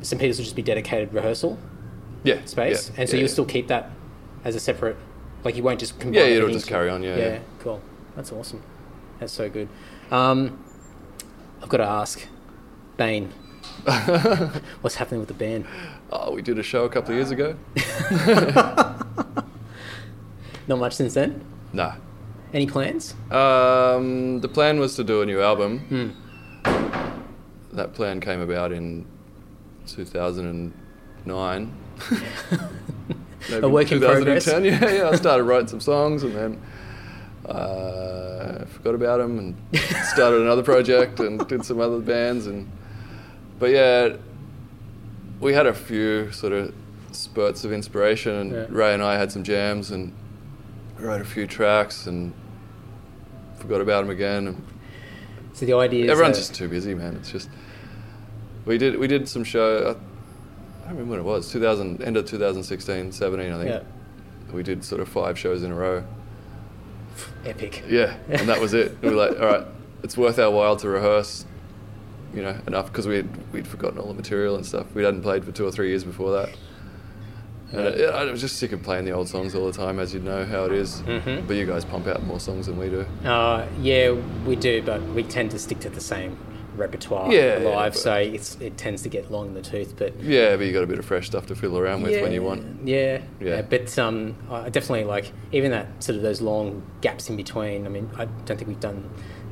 [SPEAKER 1] St Peter's would just be dedicated rehearsal
[SPEAKER 2] yeah.
[SPEAKER 1] space,
[SPEAKER 2] yeah,
[SPEAKER 1] and so
[SPEAKER 2] yeah,
[SPEAKER 1] you'll
[SPEAKER 2] yeah.
[SPEAKER 1] still keep that as a separate, like you won't just combine.
[SPEAKER 2] Yeah, it'll
[SPEAKER 1] everything
[SPEAKER 2] just
[SPEAKER 1] to-
[SPEAKER 2] carry on, yeah, yeah.
[SPEAKER 1] cool. That's awesome. That's so good. Um, I've got to ask, Bane, what's happening with the band?
[SPEAKER 2] Oh, we did a show a couple of years ago.
[SPEAKER 1] Not much since then.
[SPEAKER 2] Nah.
[SPEAKER 1] Any plans?
[SPEAKER 2] Um, the plan was to do a new album. That plan came about in 2009. Maybe
[SPEAKER 1] A work in
[SPEAKER 2] 2010.
[SPEAKER 1] progress.
[SPEAKER 2] Yeah, yeah. I started writing some songs and then uh, forgot about them and started another project and did some other bands and but yeah, we had a few sort of spurts of inspiration and
[SPEAKER 1] Yeah.
[SPEAKER 2] Ray and I had some jams and wrote a few tracks and forgot about them again. And
[SPEAKER 1] So the idea is
[SPEAKER 2] Everyone's
[SPEAKER 1] that-
[SPEAKER 2] just too busy, man. It's just we did we did some show. I don't remember when it was. 2000 end of 2016, 17, I think.
[SPEAKER 1] yeah,
[SPEAKER 2] We did sort of five shows in a row.
[SPEAKER 1] epic.
[SPEAKER 2] Yeah, and that was it. we were like, all right, it's worth our while to rehearse, you know, enough because we'd we'd forgotten all the material and stuff. We hadn't played for two or three years before that. And it, I was just sick of playing the old songs all the time, as you know how it is.
[SPEAKER 1] Mhm.
[SPEAKER 2] But you guys pump out more songs than we do.
[SPEAKER 1] Uh, yeah, we do, but we tend to stick to the same repertoire
[SPEAKER 2] Yeah, yeah,
[SPEAKER 1] live,
[SPEAKER 2] but-
[SPEAKER 1] so it's it tends to get long in the tooth. But
[SPEAKER 2] Yeah, but you got a bit of fresh stuff to fiddle around with when you want.
[SPEAKER 1] yeah,
[SPEAKER 2] Yeah.
[SPEAKER 1] yeah. but um, I definitely like even that sort of those long gaps in between. I mean, I don't think we've done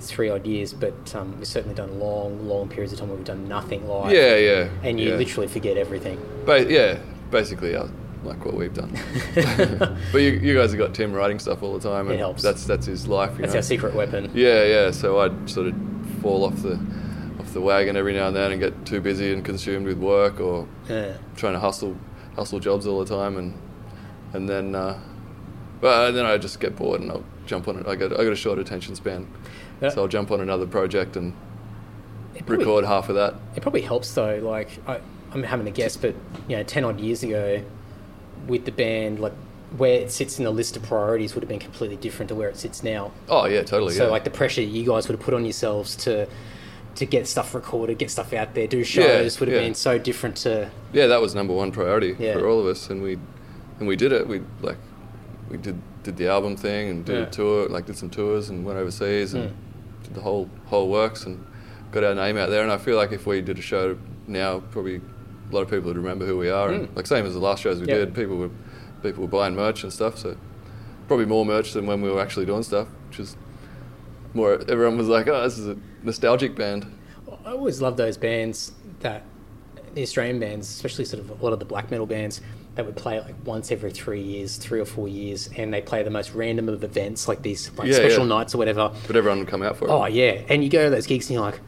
[SPEAKER 1] three odd years, but um, we've certainly done long, long periods of time where we've done nothing live.
[SPEAKER 2] Yeah, yeah.
[SPEAKER 1] and you
[SPEAKER 2] yeah.
[SPEAKER 1] literally forget everything.
[SPEAKER 2] Ba- yeah, basically, uh, like what we've done. but you, you guys have got Tim writing stuff all the time, and
[SPEAKER 1] It helps.
[SPEAKER 2] that's that's his life. You
[SPEAKER 1] That's
[SPEAKER 2] know?
[SPEAKER 1] our secret weapon.
[SPEAKER 2] Yeah, yeah. So I'd sort of fall off the off the wagon every now and then and get too busy and consumed with work or
[SPEAKER 1] Yeah.
[SPEAKER 2] trying to hustle hustle jobs all the time and and then uh, well and then I just get bored and I'll jump on it. I got I got a short attention span,
[SPEAKER 1] Yeah.
[SPEAKER 2] so I'll jump on another project and
[SPEAKER 1] It probably-
[SPEAKER 2] record half of that.
[SPEAKER 1] It probably helps though. Like I, I'm having a guess, but you know, ten odd years ago, with the band, like where it sits in the list of priorities would have been completely different to where it sits now.
[SPEAKER 2] Oh yeah, totally.
[SPEAKER 1] So
[SPEAKER 2] yeah.
[SPEAKER 1] like the pressure you guys would have put on yourselves to to get stuff recorded, get stuff out there, do shows would have
[SPEAKER 2] yeah.
[SPEAKER 1] been so different to
[SPEAKER 2] yeah, that was number one priority
[SPEAKER 1] Yeah.
[SPEAKER 2] for all of us, and we and we did it. We like we did did the album thing and did
[SPEAKER 1] Yeah. Hmm.
[SPEAKER 2] a tour, like did some tours and went overseas and did the whole whole works and got our name out there. And I feel like if we did a show now, probably a lot of people would remember who we are. And like same as the last shows we
[SPEAKER 1] Hmm. Yeah.
[SPEAKER 2] did, people were people were buying merch and stuff. So probably more merch than when we were actually doing stuff, which is more. Everyone was like, "Oh, this is a nostalgic band."
[SPEAKER 1] I always love those bands that the Australian bands, especially sort of a lot of the black metal bands, They would play it like once every three years, three or four years, and they play the most random of events, like these like
[SPEAKER 2] Yeah,
[SPEAKER 1] special
[SPEAKER 2] yeah.
[SPEAKER 1] nights or whatever.
[SPEAKER 2] But everyone would come out for it.
[SPEAKER 1] Oh yeah, and you go to those gigs and you're like,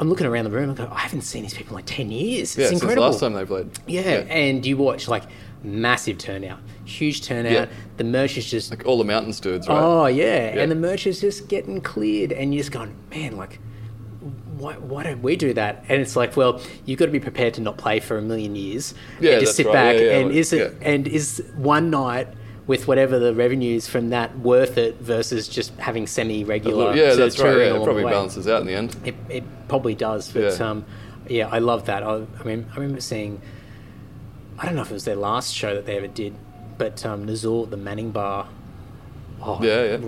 [SPEAKER 1] I'm looking around the room. I go, I haven't seen these people in like ten years. It's
[SPEAKER 2] yeah, since
[SPEAKER 1] incredible.
[SPEAKER 2] last time they played.
[SPEAKER 1] yeah. and you watch like massive turnout, huge turnout.
[SPEAKER 2] Yeah.
[SPEAKER 1] The merch is just
[SPEAKER 2] Like all the mountains dudes, right?
[SPEAKER 1] oh yeah.
[SPEAKER 2] Yeah.
[SPEAKER 1] and the merch is just getting cleared, and you're just going, man, like. Why, why don't we do that? And it's like, well, you've got to be prepared to not play for a million years
[SPEAKER 2] Yeah,
[SPEAKER 1] and just
[SPEAKER 2] that's
[SPEAKER 1] sit
[SPEAKER 2] right.
[SPEAKER 1] back.
[SPEAKER 2] Yeah, yeah,
[SPEAKER 1] and
[SPEAKER 2] like-
[SPEAKER 1] is it
[SPEAKER 2] yeah.
[SPEAKER 1] and is one night with whatever the revenues from that worth it versus just having semi-regular?
[SPEAKER 2] yeah, that's right.
[SPEAKER 1] tutorial
[SPEAKER 2] Yeah,
[SPEAKER 1] Oh, all
[SPEAKER 2] it
[SPEAKER 1] the
[SPEAKER 2] probably
[SPEAKER 1] way?
[SPEAKER 2] balances out in the end.
[SPEAKER 1] It, it probably does, but yeah,
[SPEAKER 2] Yeah.
[SPEAKER 1] um, yeah I love that. I, I mean, I remember seeing. I don't know if it was their last show that they ever did, but um, Nazor at the Manning Bar. Oh,
[SPEAKER 2] Yeah, yeah.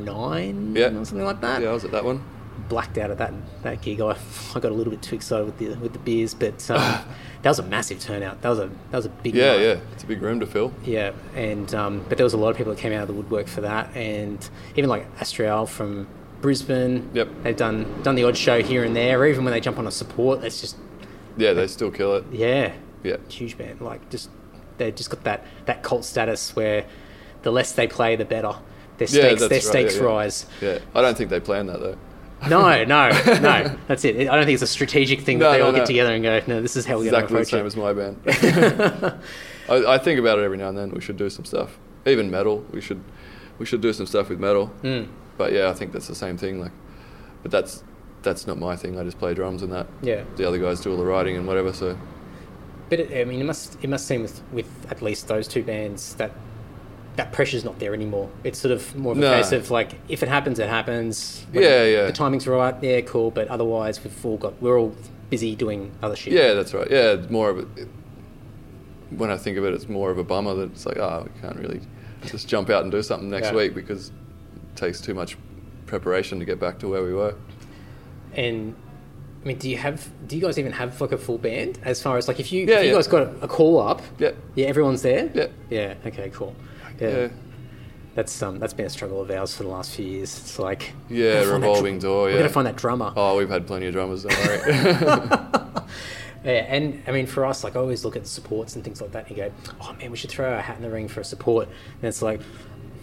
[SPEAKER 1] 09
[SPEAKER 2] Yeah.
[SPEAKER 1] or something like that.
[SPEAKER 2] Yeah, I was at that one.
[SPEAKER 1] Blacked out at that that gig. I, I got a little bit too excited with the with the beers, but um, that was a massive turnout. That was a that was a big
[SPEAKER 2] Yeah,
[SPEAKER 1] night.
[SPEAKER 2] yeah. It's a big room to fill.
[SPEAKER 1] Yeah, and um, but there was a lot of people that came out of the woodwork for that, and even like Astral from Brisbane.
[SPEAKER 2] Yep.
[SPEAKER 1] they've done done the odd show here and there. Or even when they jump on a support, that's just
[SPEAKER 2] Yeah, they still kill it.
[SPEAKER 1] yeah,
[SPEAKER 2] Yeah.
[SPEAKER 1] huge band. Like just they just got that that cult status where the less they play, the better. Their
[SPEAKER 2] Yeah,
[SPEAKER 1] stakes
[SPEAKER 2] that's
[SPEAKER 1] their
[SPEAKER 2] right,
[SPEAKER 1] stakes
[SPEAKER 2] yeah, yeah.
[SPEAKER 1] rise.
[SPEAKER 2] Yeah. I don't think they planned that though.
[SPEAKER 1] No, no, no. That's it. I don't think it's a strategic thing
[SPEAKER 2] No,
[SPEAKER 1] that they
[SPEAKER 2] no,
[SPEAKER 1] all get
[SPEAKER 2] no.
[SPEAKER 1] together and go, no, this is how we're
[SPEAKER 2] Exactly
[SPEAKER 1] going
[SPEAKER 2] the
[SPEAKER 1] to approach
[SPEAKER 2] same
[SPEAKER 1] it.
[SPEAKER 2] as my band. I, I think about it every now and then. We should do some stuff. Even metal. We should we should do some stuff with metal.
[SPEAKER 1] Mm.
[SPEAKER 2] But yeah, I think that's the same thing. Like but that's that's not my thing. I just play drums and that.
[SPEAKER 1] Yeah.
[SPEAKER 2] The other guys do all the writing and whatever, so
[SPEAKER 1] But it, I mean, it must it must seem with, with at least those two bands that that pressure's not there anymore. It's sort of more of a
[SPEAKER 2] No.
[SPEAKER 1] case of like, if it happens, it happens.
[SPEAKER 2] Yeah, yeah.
[SPEAKER 1] The timing's right. Yeah, cool. But otherwise, we've all got we're all busy doing other shit.
[SPEAKER 2] Yeah, that's right. Yeah, it's more of a. When I think of it, it's more of a bummer that it's like, oh, we can't really just jump out and do something next
[SPEAKER 1] Yeah.
[SPEAKER 2] week because it takes too much preparation to get back to where we were.
[SPEAKER 1] And I mean, do you have do you guys even have like a full band as far as like if you
[SPEAKER 2] Yeah,
[SPEAKER 1] if you
[SPEAKER 2] yeah.
[SPEAKER 1] guys got a, a call up?
[SPEAKER 2] Yeah,
[SPEAKER 1] Yeah, everyone's there.
[SPEAKER 2] Yeah.
[SPEAKER 1] Yeah. Okay. Cool.
[SPEAKER 2] yeah, yeah.
[SPEAKER 1] That's um that's been a struggle of ours for the last few years. It's like gotta find that dr-
[SPEAKER 2] revolving door.
[SPEAKER 1] We
[SPEAKER 2] Yeah.
[SPEAKER 1] gotta find that drummer.
[SPEAKER 2] oh, we've had plenty of drummers. Don't worry.
[SPEAKER 1] Yeah, and I mean, for us, like, I always look at supports and things like that and you go, oh man, we should throw our hat in the ring for a support. And it's like,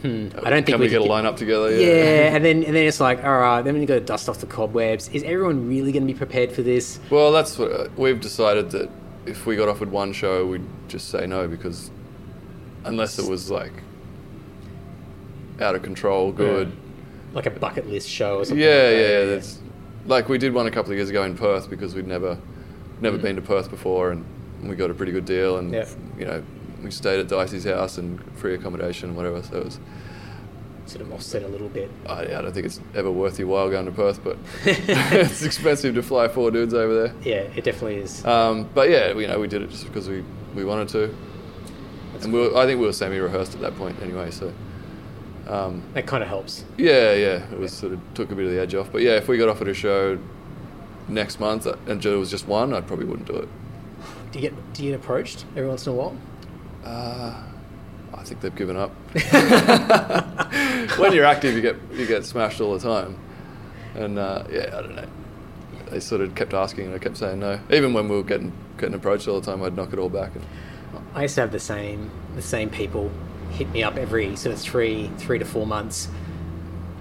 [SPEAKER 1] hmm, I don't think
[SPEAKER 2] Can
[SPEAKER 1] we
[SPEAKER 2] we get a
[SPEAKER 1] could-
[SPEAKER 2] line up together?
[SPEAKER 1] Yeah, and then and then it's like, all right, then we got to dust off the cobwebs. Is everyone really going to be prepared for this?
[SPEAKER 2] Well, that's what uh, we've decided that if we got offered one show, we'd just say no because unless it was like out of control, good.
[SPEAKER 1] Like a bucket list show or something.
[SPEAKER 2] Yeah,
[SPEAKER 1] like that.
[SPEAKER 2] yeah, yeah. That's like we did one a couple of years ago in Perth because we'd never, never been to Perth before, and we got a pretty good deal, and
[SPEAKER 1] Mm. Yeah.
[SPEAKER 2] you know, we stayed at Dicey's house and free accommodation and whatever. So it was,
[SPEAKER 1] Sort of offset a little bit.
[SPEAKER 2] I, I don't think it's ever worth your while going to Perth, but it's expensive to fly four dudes over there.
[SPEAKER 1] Yeah, it definitely is.
[SPEAKER 2] Um, but yeah, you know, we did it just because we, we wanted to, and we were, I think we were semi rehearsed at that point anyway. So. Um,
[SPEAKER 1] that kind of helps.
[SPEAKER 2] yeah, yeah. It was sort of took a bit of the edge off. But yeah, if we got offered a show next month uh, and there was just one, I probably wouldn't do it.
[SPEAKER 1] Do you get do you get approached every once in a while?
[SPEAKER 2] Uh, I think they've given up. when you're active, you get you get smashed all the time, and uh, yeah, I don't know. They sort of kept asking, and I kept saying no. Even when we were getting getting approached all the time, I'd knock it all back. And,
[SPEAKER 1] I used to have the same the same people hit me up every sort of three three to four months,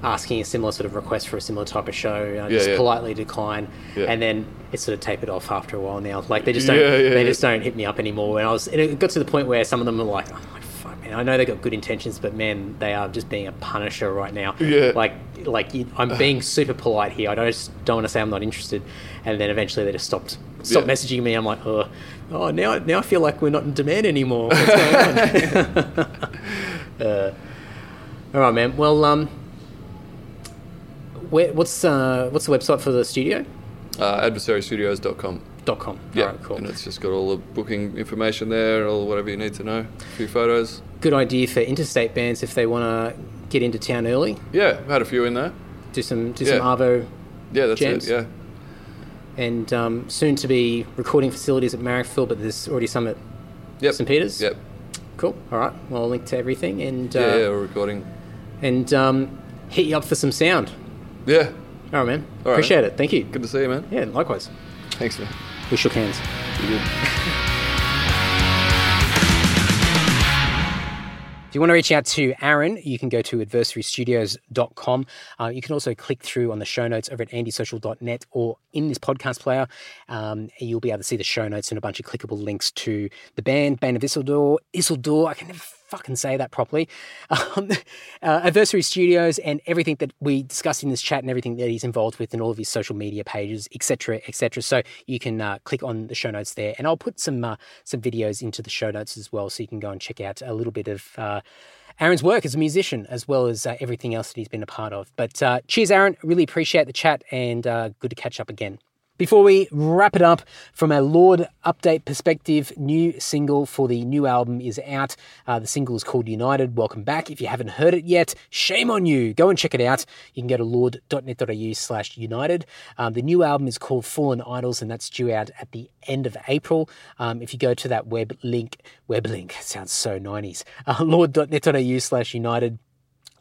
[SPEAKER 1] asking a similar sort of request for a similar type of show. And I
[SPEAKER 2] Yeah,
[SPEAKER 1] just
[SPEAKER 2] yeah.
[SPEAKER 1] politely decline,
[SPEAKER 2] Yeah.
[SPEAKER 1] and then it sort of tapered off after a while. Now, like they just don't
[SPEAKER 2] Yeah, yeah,
[SPEAKER 1] they
[SPEAKER 2] yeah.
[SPEAKER 1] just don't hit me up anymore. And I was and it got to the point where some of them were like. "Oh, fuck, Man, I know they got good intentions, but man, they are just being a punisher right now.
[SPEAKER 2] Yeah.
[SPEAKER 1] Like, like you-
[SPEAKER 2] Uh.
[SPEAKER 1] I'm being super polite here. I don't just don't want to say I'm not interested, and then eventually they just stopped stopped
[SPEAKER 2] Yeah.
[SPEAKER 1] messaging me. I'm like, oh, oh, now now I feel like we're not in demand anymore. What's going on? uh, all right, man. Well, um, where, what's uh, what's the website for the studio?
[SPEAKER 2] uh, adversarystudios.com.
[SPEAKER 1] Dot com.
[SPEAKER 2] Yeah,
[SPEAKER 1] All right, cool.
[SPEAKER 2] and it's just got all the booking information there, all whatever you need to know. A few photos.
[SPEAKER 1] Good idea for interstate bands if they want to get into town early,
[SPEAKER 2] Yeah, I've had a few in there.
[SPEAKER 1] do some do
[SPEAKER 2] Yeah.
[SPEAKER 1] some arvo,
[SPEAKER 2] Yeah, that's
[SPEAKER 1] Jams?
[SPEAKER 2] it. Yeah,
[SPEAKER 1] and um, soon to be recording facilities at Marrickville, but there's already some at
[SPEAKER 2] yep.
[SPEAKER 1] St Peters.
[SPEAKER 2] Yep.
[SPEAKER 1] Cool. All right. Well, I'll link to everything and uh,
[SPEAKER 2] Yeah, yeah, we're recording.
[SPEAKER 1] and um, hit you up for some sound.
[SPEAKER 2] Yeah,
[SPEAKER 1] All right, man.
[SPEAKER 2] All right.
[SPEAKER 1] Appreciate it. Thank you.
[SPEAKER 2] good to see you, man.
[SPEAKER 1] Yeah, likewise.
[SPEAKER 2] Thanks, man.
[SPEAKER 1] We shook hands.
[SPEAKER 2] You did.
[SPEAKER 1] If you want to reach out to Aaron, you can go to adversarystudios.com. Uh, you can also click through on the show notes over at andysocial.net or in this podcast player. Um, you'll be able to see the show notes and a bunch of clickable links to the band, Band of Isildur. Isildur, I can never fucking say that properly. Um, uh, Adversary Studios and everything that we discussed in this chat and everything that he's involved with and all of his social media pages, etc., etc. So you can uh, click on the show notes there, and I'll put some uh, some videos into the show notes as well, so you can go and check out a little bit of. Uh, Aaron's work as a musician, as well as uh, everything else that he's been a part of. But uh, cheers, Aaron. Really appreciate the chat and uh, good to catch up again. Before we wrap it up, from a Lord update perspective, new single for the new album is out. Uh, the single is called United. Welcome back. If you haven't heard it yet, shame on you. Go and check it out. You can go to lord.net.au slash united. Um, the new album is called Fallen Idols, and that's due out at the end of April. Um, if you go to that web link, web link, sounds so 90s, uh, lord.net.au slash united.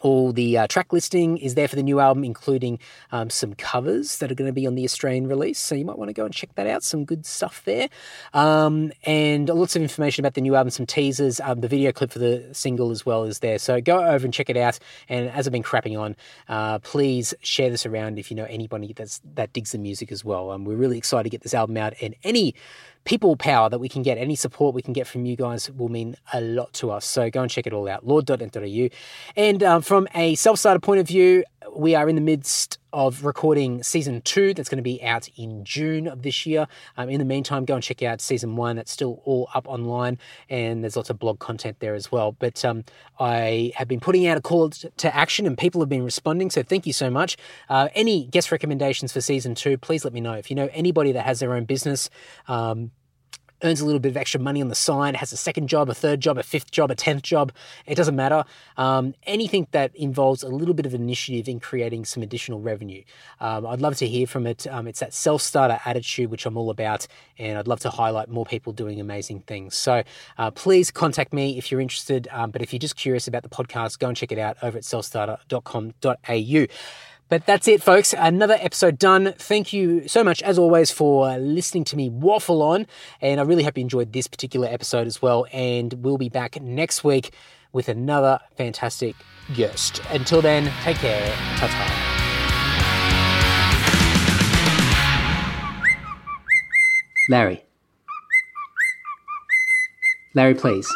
[SPEAKER 1] All the uh, track listing is there for the new album, including um, some covers that are going to be on the Australian release. So you might want to go and check that out. Some good stuff there. Um, and lots of information about the new album, some teasers. Um, the video clip for the single as well is there. So go over and check it out. And as I've been crapping on, uh, please share this around if you know anybody that's that digs the music as well. Um, we're really excited to get this album out. And any people power that we can get, any support we can get from you guys will mean a lot to us. So go and check it all out, lord.net.au. And um, from a self starter point of view, we are in the midst of recording season two that's going to be out in June of this year. Um, in the meantime, go and check out season one. That's still all up online, and there's lots of blog content there as well. But um, I have been putting out a call t- to action, and people have been responding. So thank you so much. Uh, any guest recommendations for season two, please let me know. If you know anybody that has their own business, um, earns a little bit of extra money on the side, has a second job, a third job, a fifth job, a tenth job, it doesn't matter. Um, anything that involves a little bit of initiative in creating some additional revenue. Um, I'd love to hear from it. Um, it's that self starter attitude, which I'm all about, and I'd love to highlight more people doing amazing things. So uh, please contact me if you're interested. Um, but if you're just curious about the podcast, go and check it out over at selfstarter.com.au. But that's it, folks. Another episode done. Thank you so much, as always, for listening to me waffle on. And I really hope you enjoyed this particular episode as well. And we'll be back next week with another fantastic guest. Until then, take care. Ta ta. Larry. Larry, please.